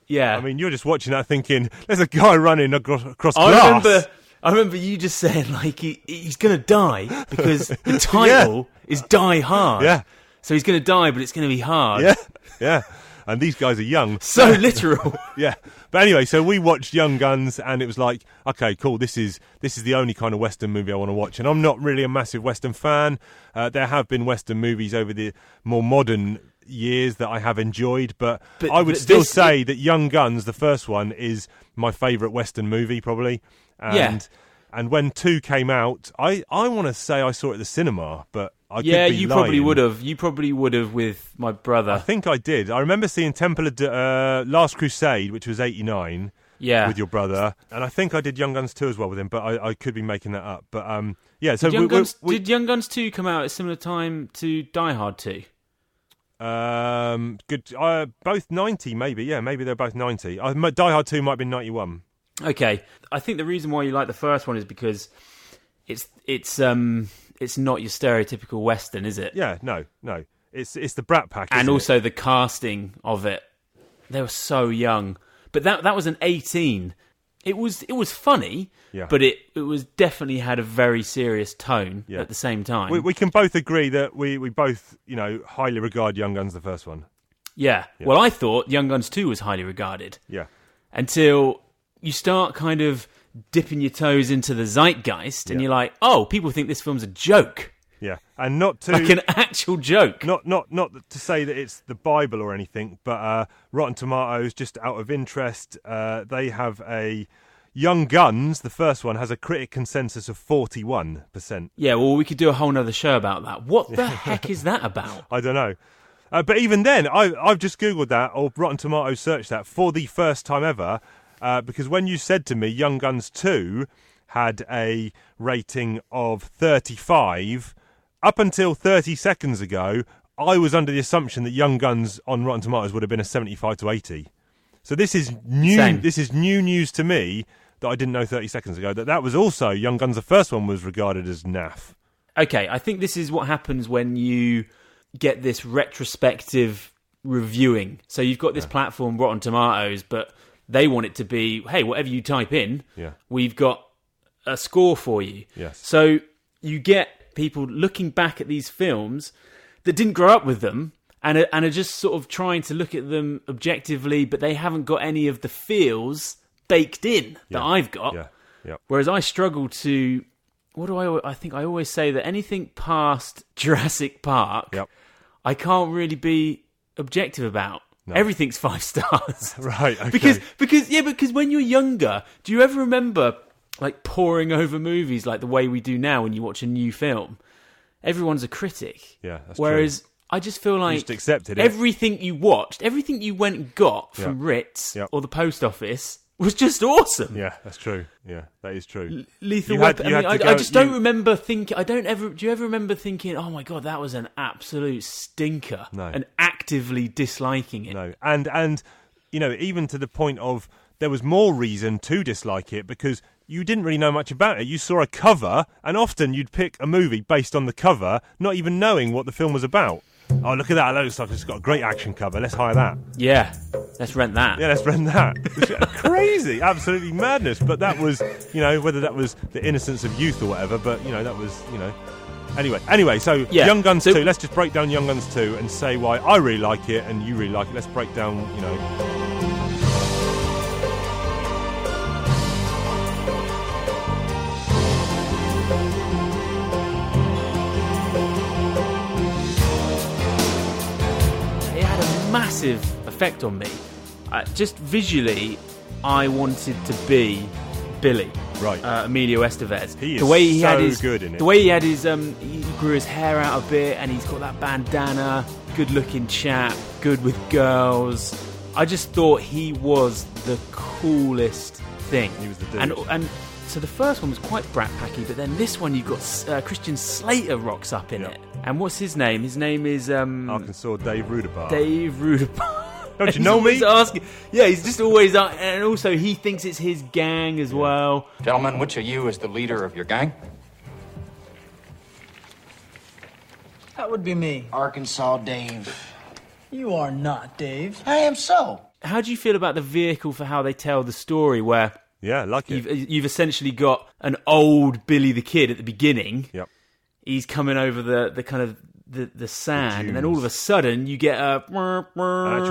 C: Yeah.
B: I mean, you're just watching that, thinking there's a guy running across, across
C: I
B: glass.
C: remember. I remember you just saying like he, he's going to die because the title is Die Hard.
B: Yeah.
C: So he's going to die, but it's going to be hard.
B: Yeah, yeah. And these guys are young.
C: So literal.
B: yeah. But anyway, so we watched Young Guns, and it was like, okay, cool. This is this is the only kind of western movie I want to watch, and I'm not really a massive western fan. Uh, there have been western movies over the more modern years that I have enjoyed, but,
C: But-
B: I would
C: but
B: still
C: this-
B: say that Young Guns, the first one, is my favourite western movie probably. And,
C: Yeah.
B: And when two came out, I I want to say I saw it at the cinema, but I
C: yeah,
B: could be
C: you probably
B: lying.
C: would have. You probably would have with my
B: I
C: brother.
B: think I did. I remember seeing Temple of D- uh, Last Crusade, which was eighty nine
C: Yeah.
B: with your brother, and I think I did Young Guns two as well with him, but I, I could be making that up. But um, yeah, so
C: Young
B: we, we-
C: Guns,
B: we-
C: did Young Guns 2 come out at a similar time to Die Hard 2?
B: um, good, uh, both ninety maybe, yeah, maybe they're both ninety. I, my- Die Hard two might have been ninety one.
C: Okay. I think the reason why you like the first one is because it's it's um it's not your stereotypical western, is it?
B: Yeah, no, no, it's it's the Brat Pack,
C: and
B: isn't it?
C: also the casting of it. They were so young, but that that was an eighteen. It was it was funny,
B: Yeah.
C: but it, it was definitely had a very serious tone
B: Yeah.
C: at the same time.
B: we, we can both agree that we, we both you know highly regard Young Guns the first one.
C: yeah. Well, I thought Young Guns Two was highly regarded
B: Yeah,
C: until you start kind of dipping your toes into the zeitgeist, and
B: Yeah.
C: you're like, oh, people think this film's a joke,
B: yeah, and not to
C: like an actual joke.
B: not not not to say that it's the Bible or anything, but uh, Rotten Tomatoes, just out of interest, uh, they have a Young Guns. The first one has a critic consensus of forty-one percent.
C: Yeah. Well, we could do a whole nother show about that. What the heck is that about?
B: I don't know, uh, but even then, I, I've just googled that or Rotten Tomatoes searched that for the first time ever, uh, because when you said to me Young Guns two had a rating of thirty-five, up until thirty seconds ago. I was under the assumption that Young Guns on Rotten Tomatoes would have been a 75 to 80. So this is new.
C: Same.
B: This is new news to me that I didn't know 30 seconds ago. That that was also Young Guns. The first one was regarded as naff.
C: okay, I think this is what happens when you get this retrospective reviewing. So you've got this platform, Rotten Tomatoes, but they want it to be, hey, whatever you type in,
B: Yeah.
C: we've got a score for you.
B: Yes.
C: So you get people looking back at these films that didn't grow up with them and are, and are just sort of trying to look at them objectively, but they haven't got any of the feels baked in that I've got.
B: Yeah, yeah.
C: Whereas I struggle to. What do I? al- I think I always say that anything past Jurassic Park,
B: Yep.
C: I can't really be objective about. Everything's five stars.
B: Right, okay.
C: Because because yeah, because when you're younger, do you ever remember like poring over movies like the way we do now when you watch a new film? Everyone's a critic.
B: Yeah, that's true.
C: Whereas I just feel like
B: just accepted it.
C: everything you watched, everything you went and got from
B: Yeah.
C: Ritz
B: Yeah.
C: or the post office was just awesome.
B: Yeah, that's true. Yeah, that is true.
C: Lethal
B: You had-
C: Weapon.
B: you
C: I, mean,
B: had
C: I,
B: to
C: I
B: go-
C: just don't
B: you-
C: remember thinking. I don't ever. Do you ever remember thinking, "Oh my god, that was an absolute stinker,"
B: No.
C: and actively disliking it?
B: No, and and you know, even to the point of there was more reason to dislike it because you didn't really know much about it. You saw a cover, and often you'd pick a movie based on the cover, not even knowing what the film was about. Oh, look at that! That looks like it's got a great action cover. Let's hire that.
C: Yeah, let's rent that.
B: Yeah, let's rent that. Crazy, absolutely madness. But that was, you know, whether that was the innocence of youth or whatever. But you know, that was, you know. Anyway, anyway, so
C: Yeah,
B: Young Guns
C: so-
B: two. Let's just break down Young Guns two and say why I really like it and you really like it. Let's break down, you know.
C: It had a massive effect on me. Uh, just visually, I wanted to be Billy.
B: Right.
C: Uh, Emilio Estevez.
B: He is
C: the way he had
B: so
C: his,
B: good in it.
C: The way he had his, um, he grew his hair out a bit, and he's got that bandana. Good-looking chap, good with girls. I just thought he was the coolest thing.
B: He was the dude.
C: And and so the first one was quite brat packy, but then this one you've got uh, Christian Slater rocks up in
B: Yeah.
C: it. And what's his name? His name is um,
B: Arkansas Dave Rudabaugh.
C: Dave Rudabaugh.
B: Don't you
C: He's
B: know me?
C: always Asking. Yeah, he's just always a- and also he thinks it's his gang as well.
G: Gentlemen, which of you is the leader of your gang?
E: That would be me.
G: Arkansas Dave.
E: You are not, Dave.
G: I am so.
C: How do you feel about the vehicle for how they tell the story, where
B: Yeah, like it.
C: you've you've essentially got an old Billy the Kid at the beginning?
B: Yep.
C: He's coming over the the kind of the, the sand, and then all of a sudden you get a
B: actual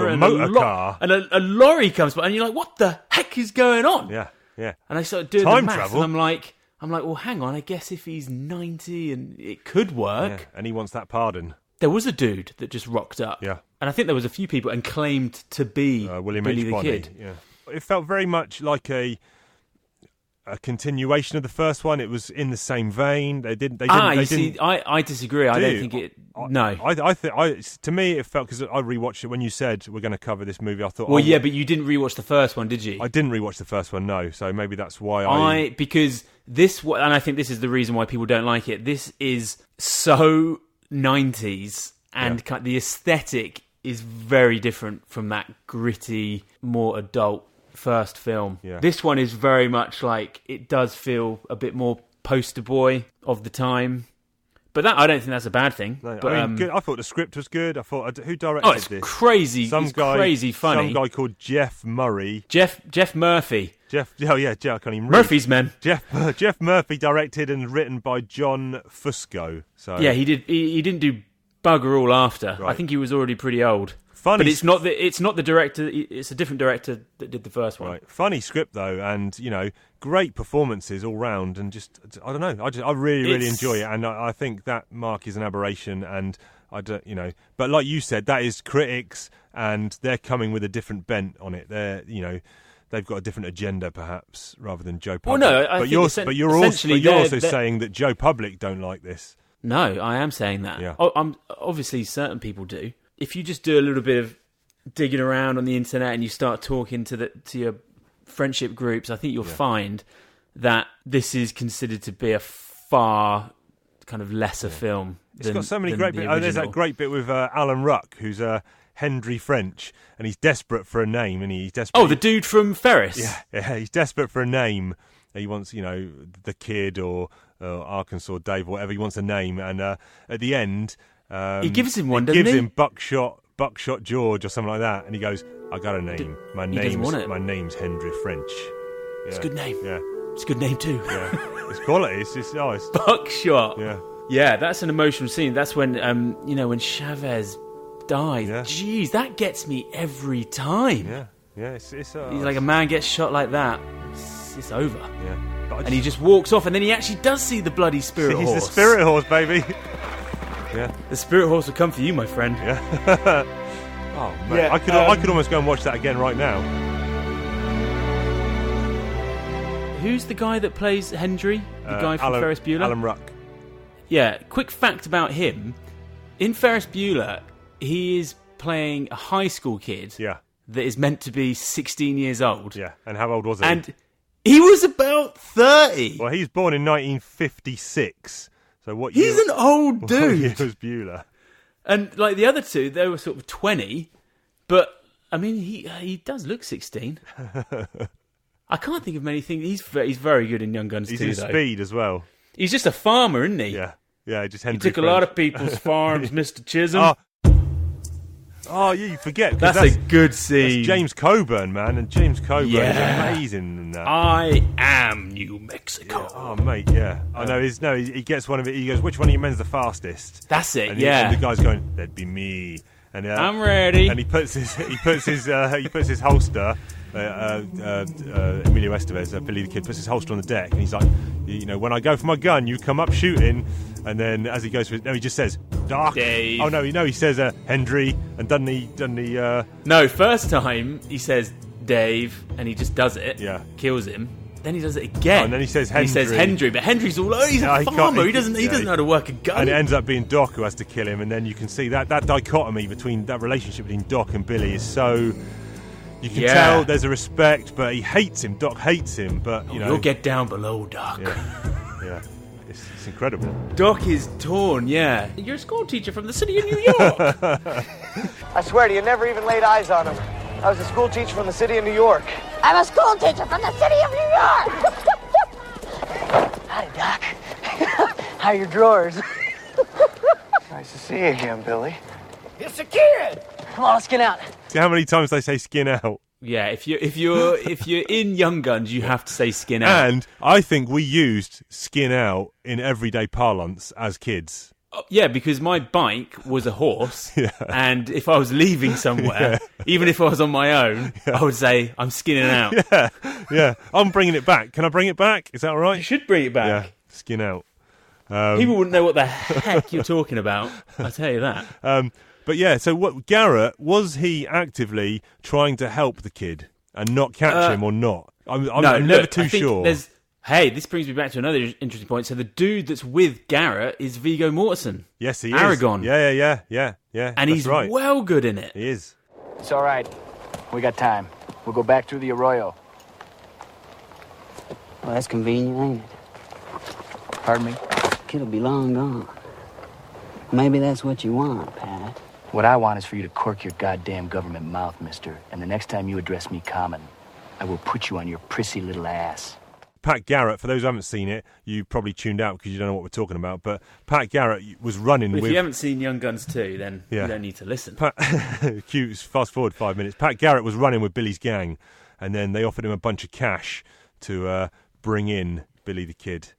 C: and
B: motor
C: a lo-
B: car.
C: and a, a lorry comes by, and you're like, "What the heck is going on?"
B: Yeah, yeah.
C: And I started doing
B: Time
C: the math,
B: travel?
C: and I'm like, I'm like, well, hang on. I guess if he's 90 and it could work,
B: yeah. And he wants that pardon.
C: there was a dude that just rocked up.
B: Yeah.
C: and I think there was a few people and claimed to be
B: Uh, William
C: Billy
B: H.
C: the
B: Bonney.
C: Kid.
B: Yeah. It felt very much like a a continuation of the first one. It was in the same vein. They didn't. They didn't.
C: Ah,
B: they
C: you see,
B: didn't
C: I, I disagree. I
B: do.
C: don't think it.
B: I-
C: no.
B: I, I think I. it's- To me, it felt because I rewatched it when you said we're going to cover this movie. I thought,
C: well,
B: oh,
C: yeah, but you didn't rewatch the first one, did you?
B: I didn't rewatch the first one. No, so maybe that's why I.
C: I because this wa- and I think this is the reason why people don't like it. This is so 90s and ki- the aesthetic is very different from that gritty, more adult first film.
B: Yeah.
C: This one is very much like it does feel a bit more poster boy of the time. But that I don't think that's a bad thing.
B: No,
C: but
B: I mean,
C: um,
B: good. I thought the script was good. I thought, who directed
C: oh, it's
B: this?
C: crazy.
B: Some
C: it's
B: guy,
C: crazy funny.
B: Some guy called Jeff Murray.
C: Jeff Jeff Murphy.
B: Jeff. Oh yeah, Jeff. I can't even. read.
C: Murphy's men.
B: Jeff Jeff Murphy directed and written by John Fusco. So
C: Yeah, he did. He, he didn't do bugger all after. I
B: Right.
C: think he was already pretty old.
B: Funny
C: but
B: s-
C: it's not the it's not the director. It's a different director that did the first one.
B: right. funny script though, and you know great performances all round, and just I don't know, I just I really really
C: It's-
B: enjoy it, and I, I think that mark is an aberration, and I don't you know, but like you said, that is critics, and they're coming with a different bent on it. They're you know. They've got a different agenda, perhaps, rather than Joe
C: Well,
B: Public.
C: no, I- I
B: but
C: think
B: you're,
C: essen-
B: but you're also,
C: essentially
B: but you're
C: they're-
B: also
C: they're-
B: saying that Joe Public don't like this.
C: No, I am saying that.
B: Yeah.
C: Oh, I'm obviously certain people do. If you just do a little bit of digging around on the internet and you start talking to the to your friendship groups, I think you'll find that this is considered to be a far kind of lesser film.
B: It's
C: than-
B: got so many
C: than
B: great
C: the
B: bits. Oh, there's that
C: original.
B: great bit with uh, Alan Ruck, who's uh, Hendry French, and he's desperate for a name, and he's desperate.
C: Oh, the dude from Ferris.
B: yeah, yeah, he's desperate for a name. He wants, you know, the kid or uh, Arkansas Dave, or whatever. He wants a name, and uh, at the end, um,
C: He gives him one, doesn't
B: gives
C: he?
B: him Buckshot, Buckshot George, or something like that, and he goes, "I got a name. My
C: doesn't
B: name's
C: want it.
B: my name's Hendry French."
C: It's a good name.
B: Yeah,
C: It's a good name too.
B: yeah. it's quality. It's just, oh, it's,
C: Buckshot.
B: yeah.
C: Yeah, that's an emotional scene. That's when um, you know when Chavez dies.
B: Yeah.
C: Jeez, that gets me every time.
B: Yeah, yeah, it's, it's uh,
C: He's like a man gets shot like that, it's, it's over.
B: yeah. But I
C: And he just walks off, and then he actually does see the bloody spirit
B: He's
C: horse.
B: the spirit horse, baby. Yeah.
C: The spirit horse will come for you, my friend.
B: Oh man,
A: Yeah,
B: I could I
A: um,
B: could almost go and watch that again right now.
C: Who's the guy that plays Hendry? The
B: Uh,
C: guy from
B: Alan-
C: Ferris Bueller?
B: Alan Ruck.
C: Yeah, quick fact about him. In Ferris Bueller, he is playing a high school kid
B: Yeah,
C: that is meant to be 16 years old.
B: yeah. And how old was he?
C: And he was about 30.
B: well, he was born in 1956. So what?
C: He's
B: year,
C: an old
B: what year
C: dude.
B: was Bueller?
C: And like the other two, they were sort of 20, but I mean, he he does look 16. I can't think of many things. He's very, he's very good in Young Guns
B: He's
C: too,
B: in
C: though.
B: Speed as well.
C: He's just a farmer, isn't he?
B: Yeah, yeah. Just Henry.
C: He took a lot
B: French.
C: of people's farms, Mr. Chisholm.
B: Oh, oh yeah, you forget. 'cause
C: that's,
B: that's,
C: a good
B: that's
C: scene.
B: James Coburn, man, and James Coburn
C: Yeah.
B: is amazing in that.
C: I am New Mexico.
B: Oh mate, yeah, I know. His no, he, he gets one of it. He goes, "Which one of you men's the fastest?"
C: That's it.
B: And he-
C: yeah.
B: and the guy's going, "That'd be me." And uh,
C: I'm ready.
B: And he puts his he puts his uh, he puts his holster. Uh, uh, uh, uh, Emilio Estevez, uh, Billy the Kid, puts his holster on the deck, and he's like, "You you know, when I go for my gun, you come up shooting." And then as he goes for, it- no, he just says, "Dark."
C: Dave.
B: Oh no, you know, he says, uh, "Hendry," and doesn't he? Doesn't he? Uh,
C: no, first time he says Dave, and he just does it.
B: Yeah.
C: Kills him. Then he does it again.
B: Oh, and then he says
C: He says
B: Hendry.
C: Hendry, but Hendry's all. Oh, he's a
B: Yeah, he can't-
C: farmer. He,
B: he-
C: doesn't. He
B: yeah,
C: doesn't know how to work a gun.
B: and it ends up being Doc who has to kill him, and then you can see that that dichotomy between that relationship between Doc and Billy is so. You can
C: Yeah.
B: tell there's a respect, but he hates him. Doc hates him, but you know,
C: You'll get down below, Doc.
B: yeah, it's, it's incredible.
C: Doc is torn, yeah. You're a school teacher from the city of New York.
H: I swear to you, never even laid eyes on him. I was a school teacher from the city of New York.
I: I'm a school teacher from the city of New York.
H: Howdy, Doc. How are your drawers? nice to see you again, Billy. It's a kid! Come on, let's get out.
B: See how many times they say skin out,
C: yeah, if you if you're if you're in Young Guns, you have to say skin out.
B: and I think we used skin out in everyday parlance as kids.
C: yeah, because my bike was a horse, and if I was leaving somewhere, even if I was on my own, I would say I'm skinning out.
B: Yeah, I'm bringing it back. Can I bring it back? Is that all right?
C: You should bring it back.
B: Yeah, skin out.
C: People wouldn't know what the heck you're talking about. I tell you that.
B: Um, but yeah, so what Garrett was he actively trying to help the kid and not catch
C: Uh,
B: him or not? I'm, I'm,
C: no,
B: I'm
C: look,
B: never too
C: I think
B: sure.
C: There's, hey, this brings me back to another interesting point. So the dude that's with Garrett is Vigo Mortensen.
B: Yes, he
C: Aragon.
B: is. Yeah, yeah, yeah, yeah, yeah.
C: and
B: that's
C: he's
B: right.
C: well good in it.
B: He is.
H: It's all right. We got time. We'll go back through the arroyo.
E: Well, that's convenient, ain't it?
H: Pardon me?
E: Kid'll be long gone. Maybe that's what you want, Pat.
H: What I want is for you to cork your goddamn government mouth, mister. And the next time you address me common, I will put you on your prissy little ass.
B: Pat Garrett. For those who haven't seen it, you probably tuned out because you don't know what we're talking about. But Pat Garrett was running
C: But if
B: with
C: you haven't seen Young Guns 2, then
B: Yeah.
C: you don't need to listen.
B: Pat, cue, fast forward five minutes. Pat Garrett was running with Billy's gang, and then they offered him a bunch of cash to uh, bring in Billy the Kid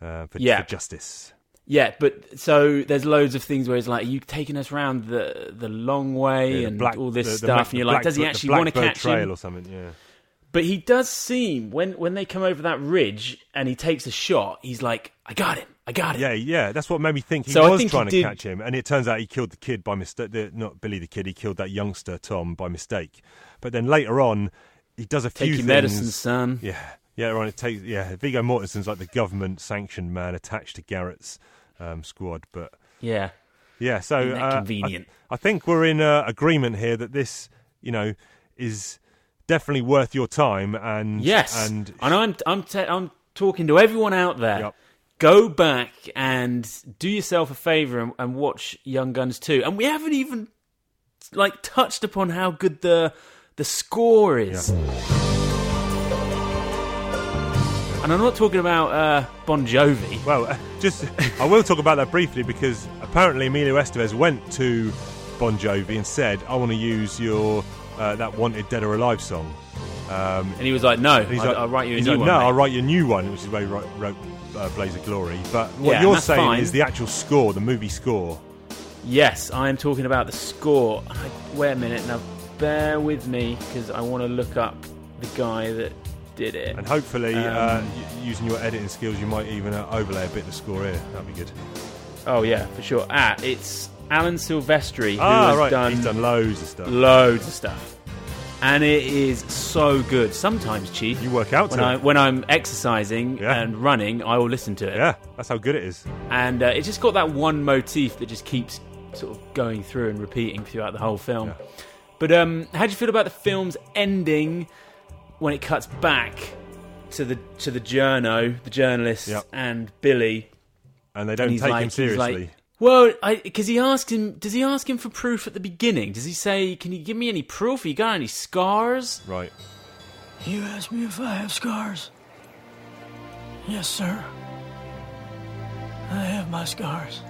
B: uh, for,
C: Yeah.
B: for justice.
C: Yeah, but so there's loads of things where it's like you taking us round the the long way
B: Yeah, the
C: and
B: Black-
C: all this
B: the- the
C: stuff,
B: Mac-
C: and you're
B: the
C: like, does he
B: Blackbird- the
C: actually want to
B: Blackbird
C: catch
B: trail
C: him?
B: or something? Yeah.
C: But he does seem when when they come over that ridge and he takes a shot, he's like, I got him, I got him.
B: Yeah, yeah, that's what made me think he
C: So I
B: was
C: think he
B: trying to
C: did-
B: catch him, and it turns out he killed the kid by mistake. The, not Billy the kid, he killed that youngster Tom by mistake. But then later on, he does a
C: Take
B: few
C: your
B: things.
C: medicine, son.
B: Yeah, yeah, right. It takes. Yeah, Viggo Mortensen's like the government-sanctioned man attached to Garrett's um, squad, but
C: Yeah.
B: yeah, so
C: Isn't that
B: uh, I-
C: convenient?
B: I, think we're in uh, agreement here that this, you know, is definitely worth your time and
C: Yes.
B: and
C: And, I'm I'm te- I'm talking to everyone out there.
B: Yep.
C: Go back and do yourself a favor and, and watch Young Guns 2. And we haven't even like touched upon how good the the score is. And I'm not talking about uh, Bon Jovi.
B: Well, uh, just I will talk about that briefly because apparently Emilio Estevez went to Bon Jovi and said, "I want to use your uh, that wanted dead or alive song."
C: And he was like, "No,
B: And he's
C: I,
B: like-
C: I'll write you a
B: he's
C: new
B: like,
C: one."
B: No,
C: mate."
B: I'll write you a new one, which is where he wrote, wrote uh, Blaze of Glory. But what
C: Yeah, and
B: you're
C: that's
B: saying
C: fine.
B: is the actual score, the movie score.
C: Yes, I am talking about the score. I, wait a minute now. Bear with me because I want to look up the guy that did it.
B: And hopefully,
C: Um,
B: uh, y- using your editing skills, you might even uh, overlay a bit of the score here. That'd be good.
C: Oh yeah, for sure. Ah, it's Alan Silvestri who
B: Ah,
C: has
B: right.
C: done,
B: He's done loads of stuff.
C: loads of stuff, and it is so good. Sometimes, Chief,
B: You work out to
C: when I
B: it.
C: when I'm exercising
B: Yeah.
C: and running, I will listen to it,
B: Yeah, that's how good it is.
C: and uh, it's just got that one motif that just keeps sort of going through and repeating throughout the whole film. But um, how do you feel about the film's ending when it cuts back to the to the journo, the journalist,
B: Yep.
C: and Billy?
B: And they
C: and
B: don't
C: he's
B: take
C: like,
B: him
C: he's like,
B: seriously.
C: well, because he asks him, does he ask him for proof at the beginning? Does he say, "Can you give me any proof? You got any scars?"
B: right.
H: You ask me if I have scars? Yes, sir. I have my scars.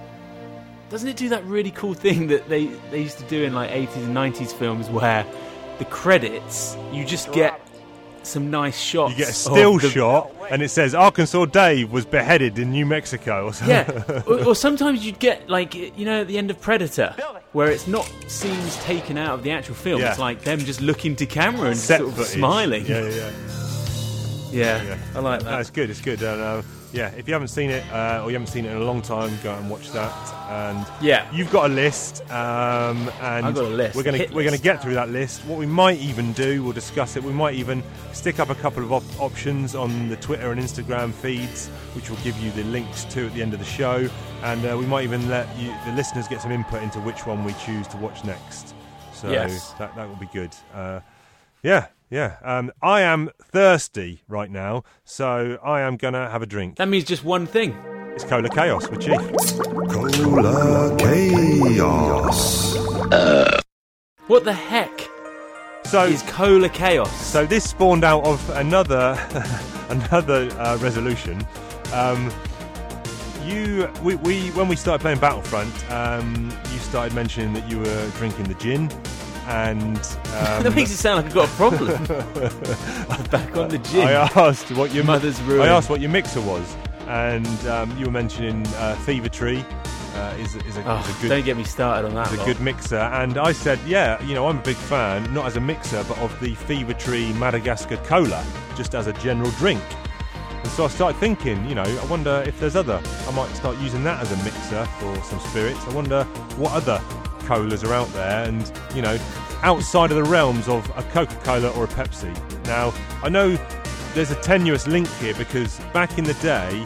C: Doesn't it do that really cool thing that they they used to do in like eighties and nineties films where the credits you just get some nice shots.
B: You get a
C: of
B: still
C: Oh, the-
B: shot, and it says Arkansas Dave was beheaded in New Mexico or something.
C: Yeah, or, or sometimes you'd get like you know at the end of Predator, where it's not scenes taken out of the actual film.
B: Yeah.
C: It's like them just looking to camera and
B: Set
C: sort of
B: footage.
C: smiling.
B: Yeah, yeah, yeah.
C: Yeah,
B: Yeah.
C: I like
B: No,
C: that.
B: it's good. It's good. And, uh, yeah, if you haven't seen it uh, or you haven't seen it in a long time, go out and watch that. And
C: Yeah.
B: you've got a list. Um, and
C: I've got a list,
B: We're
C: a
B: gonna
C: hit
B: we're gonna
C: list.
B: get through that list. What we might even do, we'll discuss it. We might even stick up a couple of op- options on the Twitter and Instagram feeds, which will give you the links to at the end of the show. And uh, we might even let you, the listeners get some input into which one we choose to watch next. So
C: Yes.
B: that that will be good. Uh, yeah, yeah. Um, I am thirsty right now, so I am gonna have a drink.
C: That means just one thing.
B: It's Cola Chaos with Chief.
J: Cola chaos.
C: What the heck
B: So,
C: is Cola Chaos?
B: so this spawned out of another another uh, resolution. Um, you, we, we, when we started playing Battlefront, um, you started mentioning that you were drinking the gin, and um,
C: that makes it sound like I've got a problem. Back on the gym.
B: I asked what your
C: Mother's ruin.
B: I asked what your mixer was, and um, you were mentioning uh, Fever Tree uh, is, is, a,
C: Oh,
B: is a good
C: don't get me started on that.
B: is a
C: lot.
B: good mixer, and I said, yeah, you know, I'm a big fan, not as a mixer, but of the Fever Tree Madagascar Cola, just as a general drink. And so I started thinking, you know, I wonder if there's other. I might start using that as a mixer for some spirits. I wonder what other colas are out there, and you know, outside of the realms of a Coca-Cola or a Pepsi. Now, I know there's a tenuous link here because back in the day.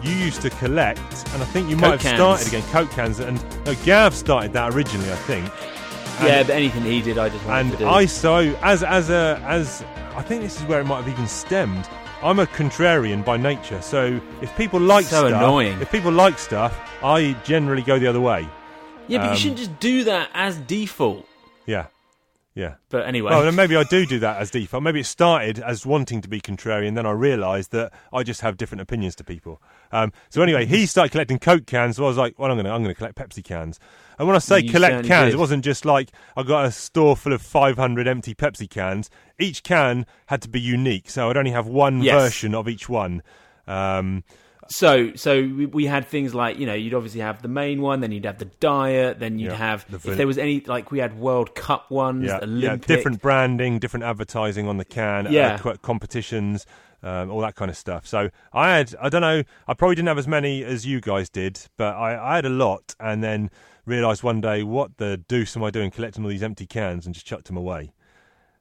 B: You used to collect, and I think you might have
C: Coke cans.
B: started again and Coke cans. And no, Gav started that originally, I think.
C: yeah,
B: And-
C: but anything he did, I just wanted
B: And
C: to do.
B: I so as as a as I think this is where it might have even stemmed. I'm a contrarian by nature, so if people like
C: So
B: stuff,
C: annoying.
B: if people like stuff, I generally go the other way.
C: yeah, but
B: um,
C: you shouldn't just do that as default.
B: Yeah, yeah.
C: But anyway,
B: Well, then maybe I do do that as default. Maybe it started as wanting to be contrarian, then I realised that I just have different opinions to people. Um, so anyway,
C: Mm-hmm.
B: he started collecting Coke cans, so I was like, "Well, I'm going to I'm going to collect Pepsi cans." And when I say
C: You
B: collect
C: certainly
B: cans,
C: did.
B: it wasn't just like I got a store full of 500 empty Pepsi cans. Each can had to be unique, so I'd only have one
C: Yes.
B: version of each one. Um,
C: so so we, we had things like you know you'd obviously have the main one, then you'd have the diet, then you'd
B: Yeah,
C: have
B: the
C: if
B: vanilla.
C: there was any like we had World Cup ones,
B: yeah, yeah,
C: Olympic,
B: different branding, different advertising on the can, uh,
C: Yeah.
B: qu- competitions, um, all that kind of stuff. So I had, I don't know, I probably didn't have as many as you guys did, but I, I had a lot, and then realised one day, what the deuce am I doing collecting all these empty cans and just chucked them away?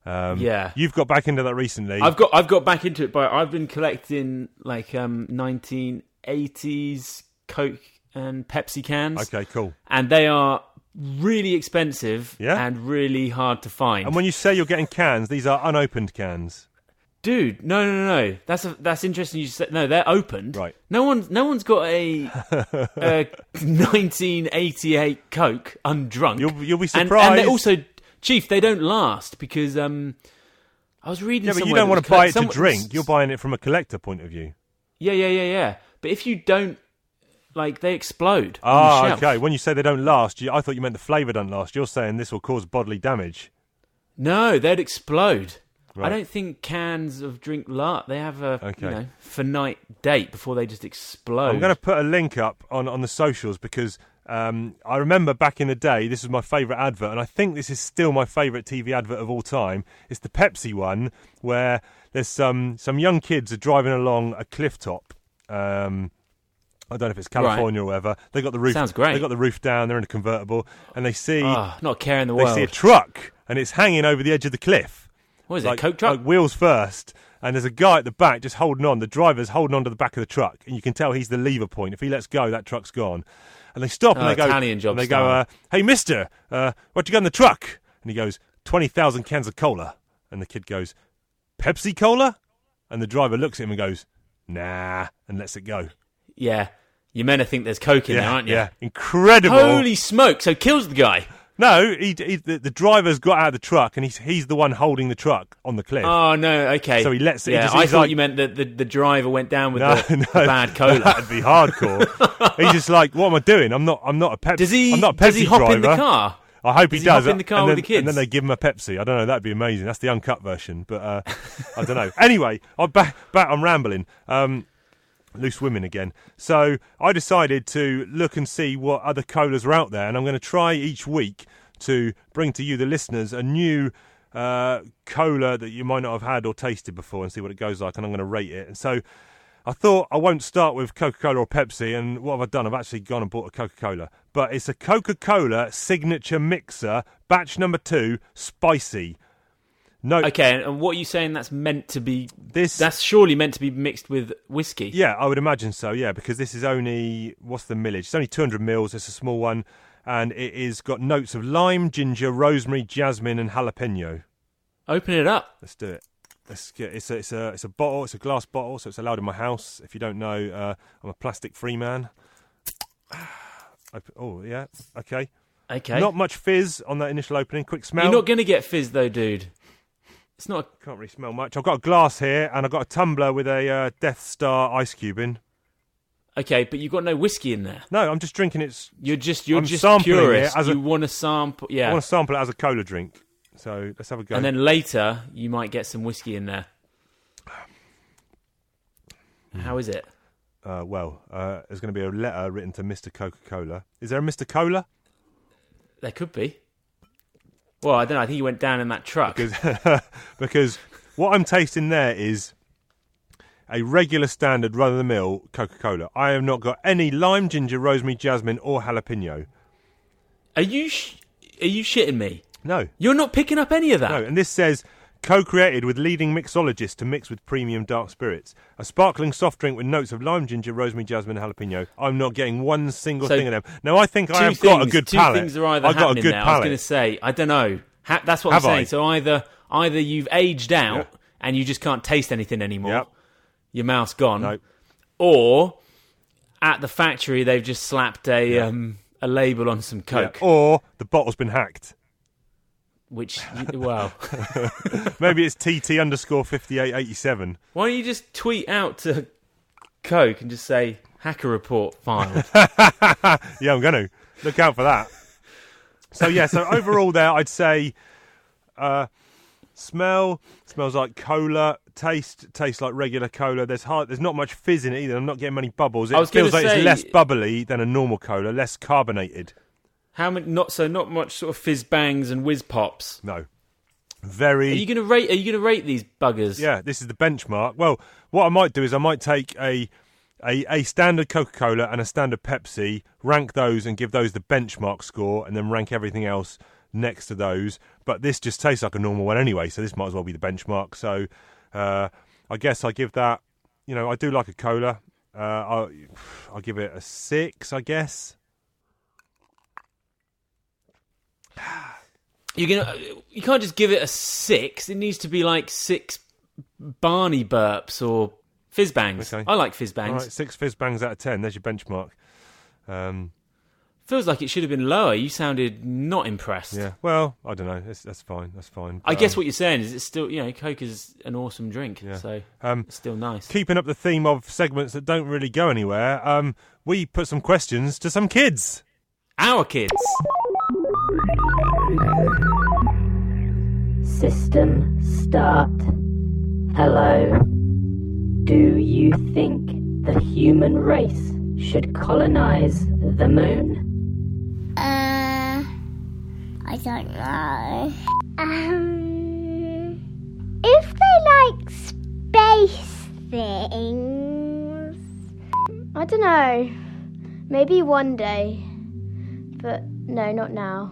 B: Um,
C: Yeah.
B: you've got back into that recently.
C: I've got I've got back into it, but I've been collecting like um 1980s Coke and Pepsi cans.
B: okay, cool.
C: and they are really expensive
B: Yeah.
C: and really hard to find.
B: And when you say you're getting cans, these are unopened cans.
C: Dude, no, no, no, no. That's a, that's interesting. You said no, they're opened.
B: Right.
C: No one's no one's got a, a 1988 Coke undrunk.
B: You'll- you'll be
C: And- And,
B: surprised.
C: they also, Chief, they don't last because um, I was reading.
B: Yeah, but you
C: somewhere
B: don't
C: that
B: want
C: was
B: to buy it
C: collect-
B: to
C: someone-
B: drink. You're buying it from a collector point of view.
C: Yeah, yeah, yeah, yeah. But if you don't, like, they explode. on the
B: Ah,
C: shelf.
B: okay. When you say they don't last, you, I thought you meant the flavour don't last. You're saying this will cause bodily damage.
C: No, they'd explode.
B: Right.
C: I don't think cans of drink lart. They have a
B: Okay.
C: you know finite date before they just explode.
B: I'm going to put a link up on, on the socials because um, I remember back in the day, this was my favourite advert, and I think this is still my favourite TV advert of all time. It's the Pepsi one where there's some some young kids are driving along a cliff top. Um, I don't know if it's California or whatever. They got the roof.
C: Sounds great.
B: They got the roof down. They're in a convertible, and they see
C: Ah, not a care in the
B: they
C: world.
B: see a truck, and it's hanging over the edge of the cliff.
C: What is it, a
B: like,
C: Coke truck?
B: Like wheels first, and there's a guy at the back just holding on. The driver's holding on to the back of the truck, and you can tell he's the lever point. If he lets go, that truck's gone. And they stop and
C: Oh,
B: they go.
C: Italian job
B: and they
C: style.
B: go, uh, "Hey, Mister, uh, what you got in the truck?" And he goes, 20,000 cans of cola." And the kid goes, "Pepsi Cola?" And the driver looks at him and goes, "Nah," and lets it go.
C: yeah, you men are think there's coke in
B: yeah,
C: there, aren't you?
B: yeah, incredible.
C: Holy smoke! So kills the guy.
B: No, he, he the, the driver's got out of the truck and he's he's the one holding the truck on the cliff.
C: Oh no, okay.
B: So he lets it- he
C: Yeah,
B: just-
C: I
B: he's
C: thought
B: like-
C: you meant that the, the driver went down with
B: no,
C: the,
B: no,
C: the bad cola.
B: That'd be hardcore. he's just like, what am I doing? I'm not. I'm not a Pepsi.
C: Does he?
B: I'm not a Pepsi
C: does he hop
B: driver.
C: in the car?
B: I hope he
C: Does he
B: does.
C: hop in the car
B: and then,
C: with the kids?
B: and then they give him a Pepsi. I don't know. That'd be amazing. That's the uncut version, but uh, I don't know. Anyway, I'm back. back I'm rambling. Um, loose women again. So I decided to look and see what other colas are out there, and I'm going to try each week to bring to you, the listeners, a new uh, cola that you might not have had or tasted before, and see what it goes like. And I'm going to rate it. And so I thought I won't start with Coca Cola or Pepsi, and what have I done? I've actually gone and bought a Coca Cola, but it's a Coca Cola signature mixer, batch number two, spicy. No,
C: Okay, and- and what are you saying? That's meant to be.
B: This-
C: That's surely meant to be mixed with whiskey.
B: Yeah, I would imagine so. Yeah, because this is only what's the millage? It's only 200 mils. It's a small one, and it is got notes of lime, ginger, rosemary, jasmine, and jalapeno.
C: Open it up.
B: Let's do it. Let's get, it's a it's a it's a bottle. It's a glass bottle, so it's allowed in my house. If you don't know, uh, I'm a plastic-free man. Op- Oh yeah, okay.
C: Okay.
B: Not much fizz on that initial opening. Quick smell.
C: You're not going to get fizz though, dude. It's not.
B: Can't really smell much. I've got a glass here, and I've got a tumbler with a uh, Death Star ice cube in.
C: Okay, but you've got no whiskey in there.
B: No, I'm just drinking it
C: You're just you're
B: I'm
C: just
B: sampling it
C: purist.
B: as a-
C: you want to sample,
B: I
C: yeah,
B: want to sample it as a cola drink. So let's have a go.
C: and then later you might get some whiskey in there. How is it?
B: uh, well, uh, there's going to be a letter written to Mr. Coca Cola. Is there a Mr. Cola?
C: There could be. Well, I don't know. I think you went down in that truck.
B: Because because what I'm tasting there is a regular standard run of the mill Coca Cola. I have not got any lime, ginger, rosemary, jasmine, or jalapeno.
C: Are you sh- are you shitting me?
B: No,
C: You're not picking up any of that.
B: No, and this says co-created with leading mixologists to mix with premium dark spirits. A sparkling soft drink with notes of lime, ginger, rosemary, jasmine, and jalapeno. I'm not getting one single
C: So,
B: thing of them. Now I think I
C: two
B: have
C: things,
B: got a good
C: two
B: palate.
C: things are either
B: I've got
C: happening
B: a good
C: now. I was
B: palate.
C: going to say, I don't know. Ha- that's what
B: Have
C: I'm saying.
B: I?
C: So either either you've aged out and you just can't taste anything anymore.
B: Yep.
C: Your mouth's gone.
B: No.
C: Or at the factory they've just slapped a um, a label on some
B: Yeah.
C: coke,
B: Or the bottle's been hacked.
C: which well,
B: Maybe it's TT underscore fifty eight eighty seven.
C: why don't you just tweet out to coke and just say hacker report filed?
B: Yeah, I'm going to look out for that. So yeah, so overall there, I'd say uh, smell smells like cola. Taste tastes like regular cola. There's hard. There's not much fizz in it either. I'm not getting many bubbles. It
C: I was gonna
B: feels like
C: say-
B: it's less bubbly than a normal cola, less carbonated.
C: How many? Not so. Not much sort of fizz bangs and whiz pops.
B: No,
C: Are
B: very.
C: you going to rate? Are you going to rate these buggers?
B: yeah, this is the benchmark. Well, what I might do is I might take a a, a standard Coca Cola and a standard Pepsi, rank those and give those the benchmark score, and then rank everything else next to those. But this just tastes like a normal one anyway, so this might as well be the benchmark. So uh, I guess I give that. You know, I do like a cola. Uh, I'll, I'll give it a six, I guess.
C: You're gonna. You can't just give it a six. It needs to be like six Barney burps or fizz bangs.
B: Okay.
C: I like fizz bangs.
B: All right, six fizz bangs out of ten. There's your benchmark. Um,
C: Feels like it should have been lower. You sounded not impressed.
B: yeah. Well, I don't know. That's, that's fine. That's fine.
C: I
B: But,
C: guess
B: um,
C: what you're saying is it's still you know Coke is an awesome drink, so
B: Um,
C: it's still nice.
B: keeping up the theme of segments that don't really go anywhere, um, we put some questions to some kids.
C: Our kids.
K: System start. Hello. Do you think the human race should colonize the moon?
I: Uh, I don't know. Um, if they like space things,
L: I don't know. Maybe one day. But no, not now.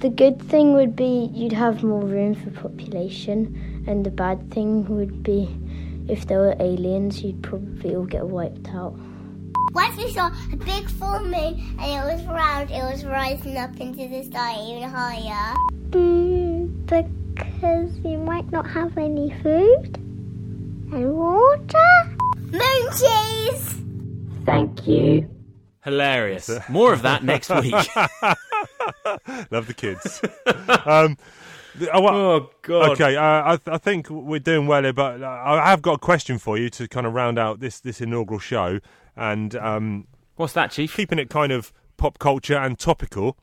L: The good thing would be you'd have more room for population, and the bad thing would be if there were aliens, you'd probably all get wiped out.
I: Once we saw a big full moon and it was round, it was rising up into the sky even higher.
L: Mm, because you might not have any food and water.
I: Moon cheese!
K: Thank you.
C: Hilarious. More of that next week.
B: Love the kids. um, th- oh, well-
C: God.
B: Okay, uh, I, th- I think we're doing well here, but uh, I have got a question for you to kind of round out this this inaugural show. And um,
C: what's that, Chief?
B: Keeping it kind of pop culture and topical.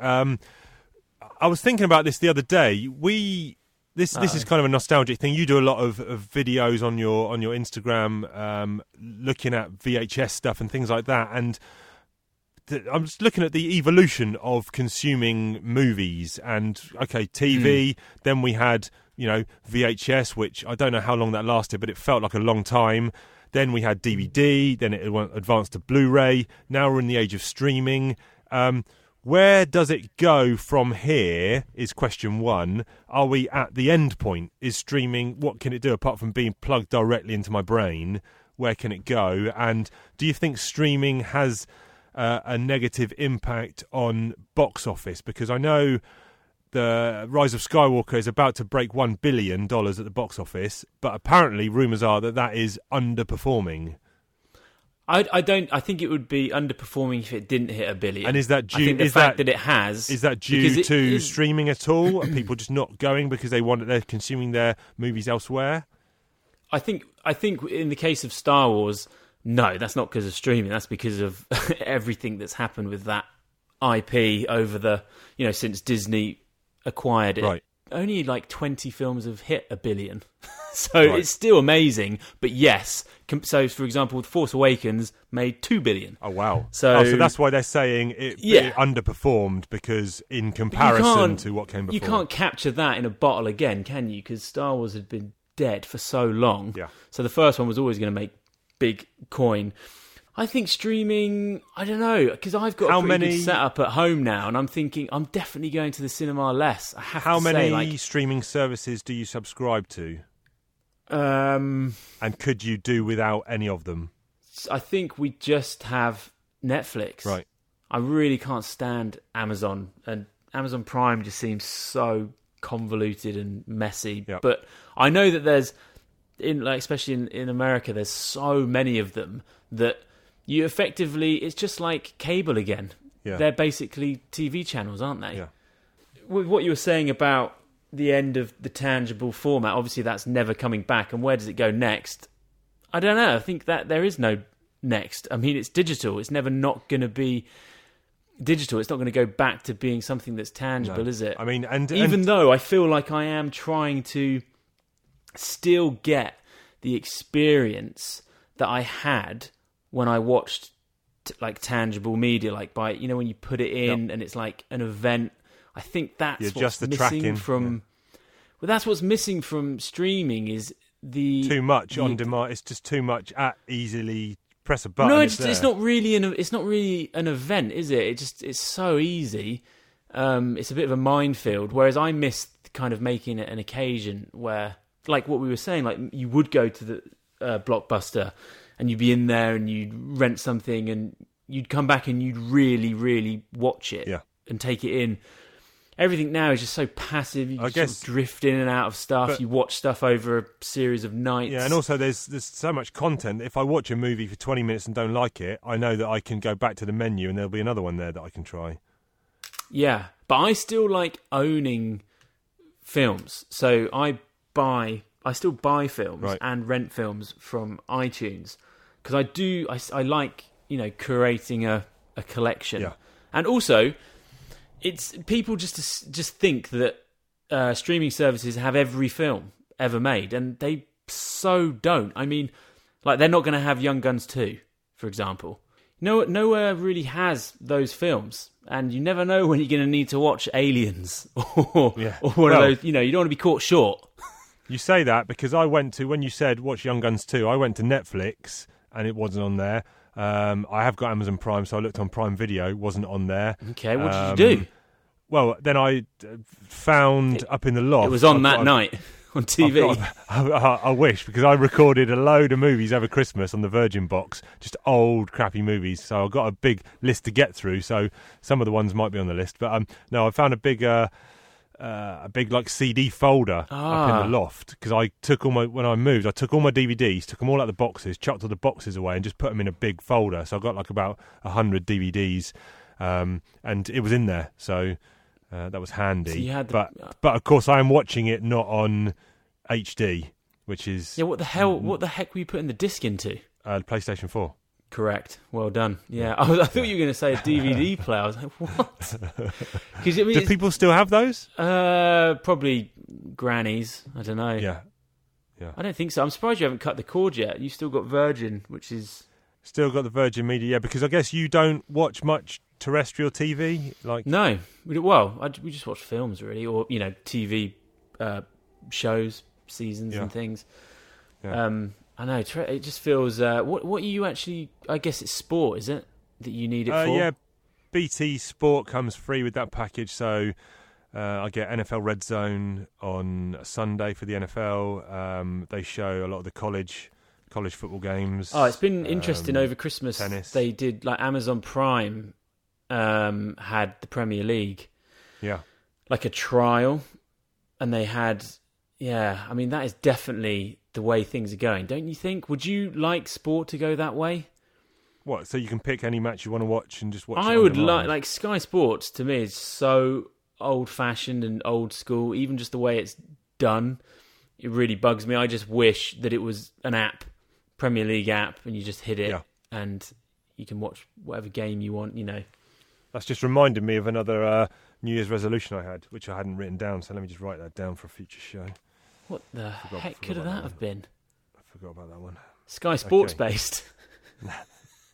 B: Um, I was thinking about this the other day. We this this
C: Oh.
B: is kind of a nostalgic thing. You do a lot of, of videos on your on your Instagram, um, looking at VHS stuff and things like that, and th- I'm just looking at the evolution of consuming movies and okay, TV. Then we had you know VHS, which I don't know how long that lasted, but it felt like a long time. Then we had DVD. Then it went advanced to Blu-ray. Now we're in the age of streaming. Um, where does it go from here? Is question one. Are we at the end point? Is streaming what can it do apart from being plugged directly into my brain? Where can it go? And do you think streaming has uh, a negative impact on box office because I know the Rise of Skywalker is about to break one billion dollars at the box office, but apparently rumors are that that is underperforming.
C: I, I don't. I think it would be underperforming if it didn't hit a billion.
B: And is that
C: I
B: due?
C: think the
B: is
C: fact
B: that,
C: it has
B: Is that due
C: because it
B: to
C: is-
B: streaming at all? Are people just not going because they want they're consuming their movies elsewhere?
C: I think I think in the case of Star Wars, no, that's not because of streaming. That's because of everything that's happened with that IP over the you know since Disney acquired it.
B: Right.
C: Only like twenty films have hit a billion, so
B: Right.
C: it's still amazing. But yes, com- so for example, The Force Awakens made two billion.
B: Oh wow!
C: So,
B: oh, so that's why they're saying it,
C: Yeah.
B: it underperformed because in
C: But you
B: comparison
C: can't-
B: to what came before,
C: You can't capture that in a bottle again, can you? Because Star Wars had been dead for so long.
B: Yeah.
C: So the first one was always going to make big coin. I think streaming. I don't know because I've got
B: How
C: a pretty
B: many-
C: good setup at home now, and I'm thinking I'm definitely going to the cinema less. I have
B: How
C: to
B: many
C: say, like,
B: streaming services do you subscribe to?
C: um,
B: and could you do without any of them?
C: I think we just have Netflix.
B: Right.
C: I really can't stand Amazon and Amazon Prime just seems so convoluted and messy.
B: Yep.
C: But I know that there's in like especially in, in America there's so many of them that you effectively it's just like cable again.
B: Yeah.
C: They're basically TV channels, aren't they?
B: Yeah.
C: With what you were saying about the end of the tangible format, obviously that's never coming back and where does it go next? I don't know. I think that there is no next. I mean, it's digital. It's never not going to be digital. It's not going to go back to being something that's tangible,
B: No.
C: is it?
B: I mean, and-
C: even
B: and-
C: though I feel like I am trying to still get the experience that I had when I watched t- like tangible media, like by you know when you put it in and it's like an event. I think that's
B: Yeah,
C: what's
B: just the
C: missing
B: tracking,
C: from. Well, that's what's missing from streaming is the
B: Too much
C: the
B: on demand. It's just too much at easily press a button.
C: no, it's, it's
B: there.
C: not really an it's not really an event, is it? It just it's so easy. Um, it's a bit of a minefield. Whereas I miss kind of making it an occasion where, like what we were saying, like you would go to the uh, blockbuster and you'd be in there and you'd rent something and you'd come back and you'd really, really watch it
B: Yeah.
C: and take it in. Everything now is just so passive. You
B: I
C: just sort of
B: guess-
C: drift in and out of stuff.
B: but-
C: you watch stuff over a series of nights.
B: Yeah, and also there's there's so much content. If I watch a movie for 20 minutes and don't like it, I know that I can go back to the menu and there'll be another one there that I can try.
C: Yeah, but I still like owning films. So I buy, I still buy films
B: Right.
C: and rent films from iTunes because I do, I, s- I like, you know, curating a, a collection.
B: Yeah.
C: And also, it's people just as- just think that uh, streaming services have every film ever made, and they so don't. I mean, like they're not going to have Young Guns two, for example. No, nowhere really has those films, and you never know when you're going to need to watch Aliens or,
B: Yeah.
C: or one
B: Well-
C: of those. You know, you don't want to be caught short.
B: You say that because I went to when you said watch Young Guns 2, I went to Netflix and it wasn't on there. Um, I have got Amazon Prime, so I looked on Prime Video, wasn't on there.
C: Okay, what
B: Um,
C: did you do?
B: Well, then I uh, found up in the loft.
C: It was on
B: I've
C: that
B: got a-
C: night on
B: I've
C: TV.
B: got- I, I- I wish because I recorded a load of movies over Christmas on the Virgin box, just old crappy movies. So I've got a big list to get through. So some of the ones might be on the list, but um, no, I found a big. Uh, uh, a big like CD folder up in the
C: Ah.
B: loft because I took all my when I moved I took all my DVDs took them all out of the boxes chucked all the boxes away and just put them in a big folder so I got like about hundred DVDs um, and it was in there so uh, that was handy
C: So you had the- uh
B: but but of course I am watching it not on HD which is
C: yeah, what the hell? What the heck were you putting the disc into?
B: uh, PlayStation Four
C: correct well done yeah I, was- I thought you were going to say a DVD player I was like what because I mean
B: do
C: it's-
B: people still have those
C: Uh, probably grannies. I don't know.
B: Yeah, yeah.
C: I don't think so. I'm surprised you haven't cut the cord yet. You still got Virgin, which is
B: still got the Virgin Media yeah because I guess you don't watch much terrestrial TV like
C: no. We don't- Well, I, we just watch films really, or you know, TV uh, shows, seasons, and things. Um, I know. tre- It just feels. Uh, what What are you actually? I guess it's sport, is it? That you need it
B: Uh,
C: for.
B: yeah, BT Sport comes free with that package, so uh, I get NFL Red Zone on Sunday for the NFL. Um, they show a lot of the college college football games.
C: Oh, it's been interesting
B: um,
C: over Christmas.
B: Tennis.
C: They did like Amazon Prime um, had the Premier League.
B: Yeah.
C: Like a trial, and they had yeah. I mean, that is definitely the way things are going, don't you think? Would you like sport to go that way?
B: What? So you can pick any match you want to watch and just watch. it
C: I
B: on
C: would
B: demand?
C: like like Sky Sports to me is so old fashioned and old school, even just the way it's done. It really bugs me. I just wish that it was an app, Premier League app, and you just hit it and you can watch whatever game you want, you know.
B: That's just reminded me of another uh, New Year's resolution I had, which I hadn't written down. So let me just write that down for a future show.
C: What the
B: Forgot-
C: heck
B: forgot
C: could
B: about
C: that
B: one.
C: have been?
B: I forgot about that one.
C: Sky Sports
B: Okay.
C: based.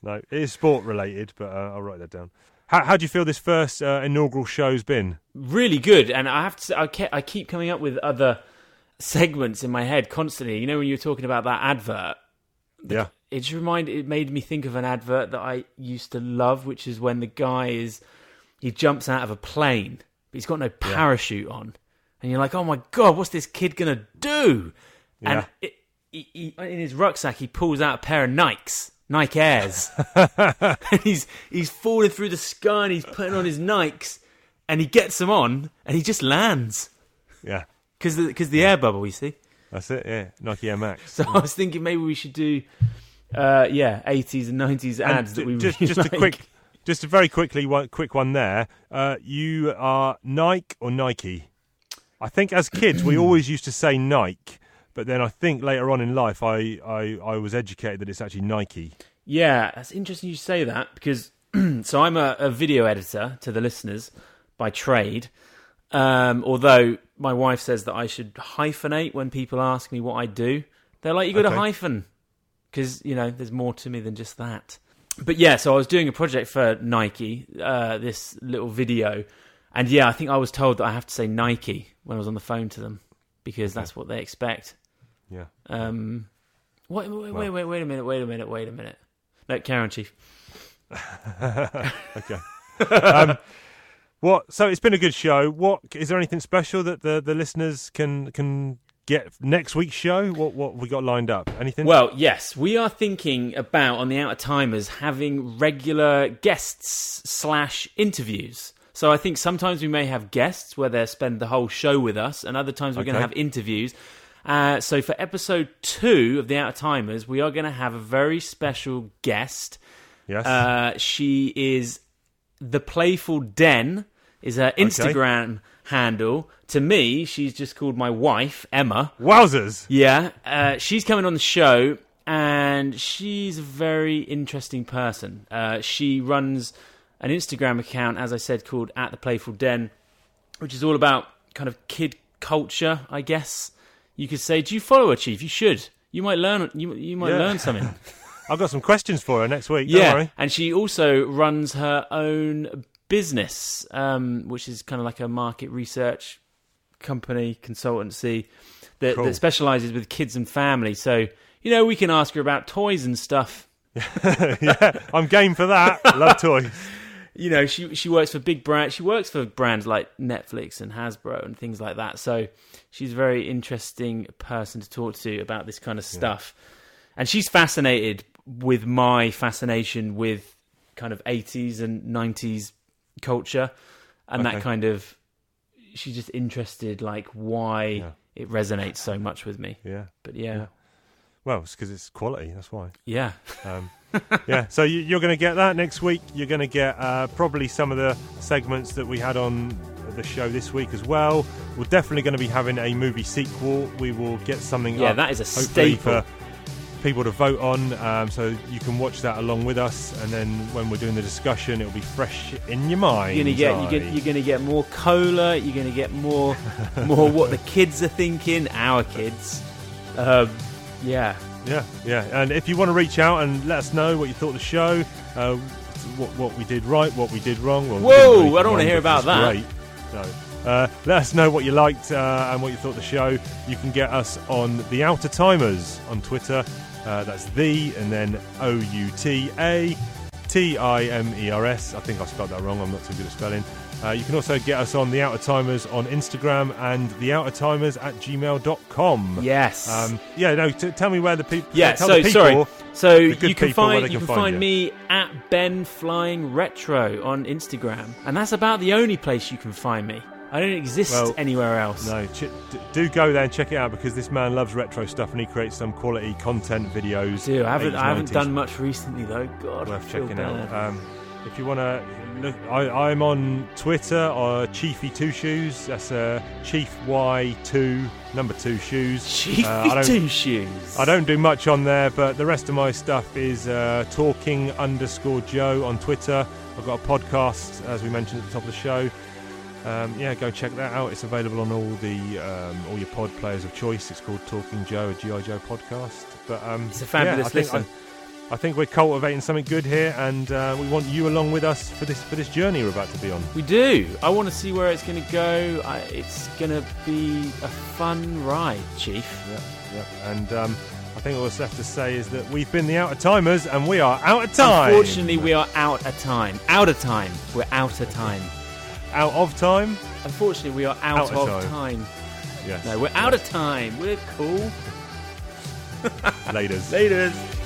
B: No, it is sport related, but uh, I'll write that down. How, how do you feel this first uh, inaugural show's been?
C: really good. And I have to say, I, ke- I keep coming up with other segments in my head constantly. You know, when you were talking about that advert,
B: yeah.
C: it just reminded, it made me think of an advert that I used to love, which is when the guy is, he jumps out of a plane, but he's got no parachute on. And you're like, oh my God, what's this kid going to do?
B: Yeah.
C: And it, he, he, in his rucksack, he pulls out a pair of Nikes, Nike Airs. and he's, he's falling through the sky and he's putting on his Nikes and he gets them on and he just lands.
B: Yeah.
C: Because the, 'cause the air bubble, you see?
B: That's it, yeah. Nike Air Max.
C: So I was thinking maybe we should do, uh, yeah, 80s and 90s
B: And
C: ads
B: ju-
C: that we
B: just,
C: really
B: just a
C: like.
B: quick, just a very quickly one, quick one there. Uh, you are Nike or Nike? I think as kids we always used to say Nike, but then I think later on in life I, I, I was educated that it's actually Nike.
C: Yeah, that's interesting you say that because so I'm a, a video editor to the listeners by trade. Um, although my wife says that I should hyphenate when people ask me what I do, they're like, "You got to
M: Okay.
C: hyphen," because you know there's more to me than just that. But yeah, so I was doing a project for Nike, uh, this little video, and yeah, I think I was told that I have to say Nike when I was on the phone to them because that's what they expect.
B: Yeah.
C: Um, wait, wait, wait, wait, wait a minute, wait a minute, wait a minute. No, Karen Chief.
B: okay. um, what? So it's been a good show. What is there anything special that the, the listeners can can get next week's show? What what we got lined up? Anything?
C: Well, yes, we are thinking about on the Outer Timers having regular guests slash interviews. So I think sometimes we may have guests where they spend the whole show with us, and other times we're going to
B: Okay.
C: have interviews. Uh, so for episode two of the Outer Timers, we are going to have a very special guest.
B: Yes.
C: Uh, she is the Playful Den is her Instagram handle. To me, she's just called my wife Emma.
B: Wowzers!
C: Yeah, uh, she's coming on the show, and she's a very interesting person. Uh, she runs an Instagram account, as I said, called at the Playful Den, which is all about kind of kid culture, I guess you could say. Do you follow her, Chief? You should. You might learn. You you might
B: Yeah.
C: learn something.
B: I've got some questions for her next week. Don't
C: Yeah,
B: worry.
C: and she also runs her own business, um, which is kind of like a market research company consultancy that,
B: Cool.
C: that specializes with kids and family. So you know, we can ask her about toys and stuff
B: yeah, I'm game for that. Love toys.
C: You know, she she works for big brands. She works for brands like Netflix and Hasbro and things like that. So she's a very interesting person to talk to about this kind of stuff. And she's fascinated with my fascination with kind of 80s and 90s culture and
B: Okay.
C: that kind of she's just interested like why it resonates so much with me.
B: Yeah.
C: But yeah.
B: Well, it's because it's quality. That's why.
C: Yeah.
B: Um, yeah. So you, you're going to get that next week. You're going to get uh, probably some of the segments that we had on the show this week as well. We're definitely going to be having a movie sequel. We will get something.
C: Yeah,
B: up,
C: that is a
B: hopefully,
C: staple.
B: for people to vote on. Um, so you can watch that along with us, and then when we're doing the discussion, it'll be fresh in your mind.
C: You're gonna get you get you're gonna get more cola. You're gonna get more more what the kids are thinking. Our kids, um, yeah.
B: Yeah, yeah. And if you want to reach out and let us know what you thought of the show, uh, what, what we did right, what we did wrong. Well, we
C: Whoa,
B: didn't really
C: I don't wanna
B: wrong, but
C: hear about that.
B: it's Great. No. Uh, let us know what you liked uh, and what you thought of the show. You can get us on The Outer Timers on Twitter. Uh, that's the and then O U T A T I M E R S. I think I spelled that wrong. I'm not too good at spelling. Uh, you can also get us on The Outer Timers on Instagram and The Outer Timers at gmail.com.
C: Yes.
B: Um, yeah, no, t- tell me where the people.
C: Yeah,
B: Tell
C: so
B: the people,
C: sorry. So
B: the
C: you
B: good
C: can
B: people, where
C: find
B: they
C: you can
B: find
C: find me at Ben Flying Retro on Instagram, and that's about the only place you can find me. I don't exist
B: Well,
C: anywhere else.
B: No, ch- d- do go there and check it out because this man loves retro stuff and he creates some quality content videos.
C: Dude, I haven't
B: 80s,
C: I haven't
B: 90s.
C: done much recently though. God, I
B: worth
C: feel
B: checking
C: bad.
B: out. Um, if you want to look, I, I'm on Twitter or Chiefy Two Shoes. That's uh, Chief Y Two Number Two Shoes.
C: Chiefy
B: uh, I don't-
C: Two Shoes.
B: I don't do much on there, but the rest of my stuff is uh, talking underscore Joe on Twitter. I've got a podcast, as we mentioned at the top of the show. Um, yeah, go check that out. It's available on all the um, all your pod players of choice. It's called Talking Joe, a GI Joe podcast. But um,
C: It's a fabulous
B: yeah, I think,
C: listen.
B: I, I think we're cultivating something good here, and uh, we want you along with us for this for this journey we're about to be on.
C: We do. I want to see where it's going to go. I, it's going to be a fun ride, Chief.
B: Yep, yep. And um, I think all that's left to say is that we've been the Outer Timers, and we are out of time.
C: Unfortunately, we are out of time. Out of time. We're out of time.
B: Out of time?
C: Unfortunately, we are out,
B: Out of
C: of
B: time.
C: time.
B: Yes.
C: No, we're out of time. We're cool.
B: Laters.
C: Laters.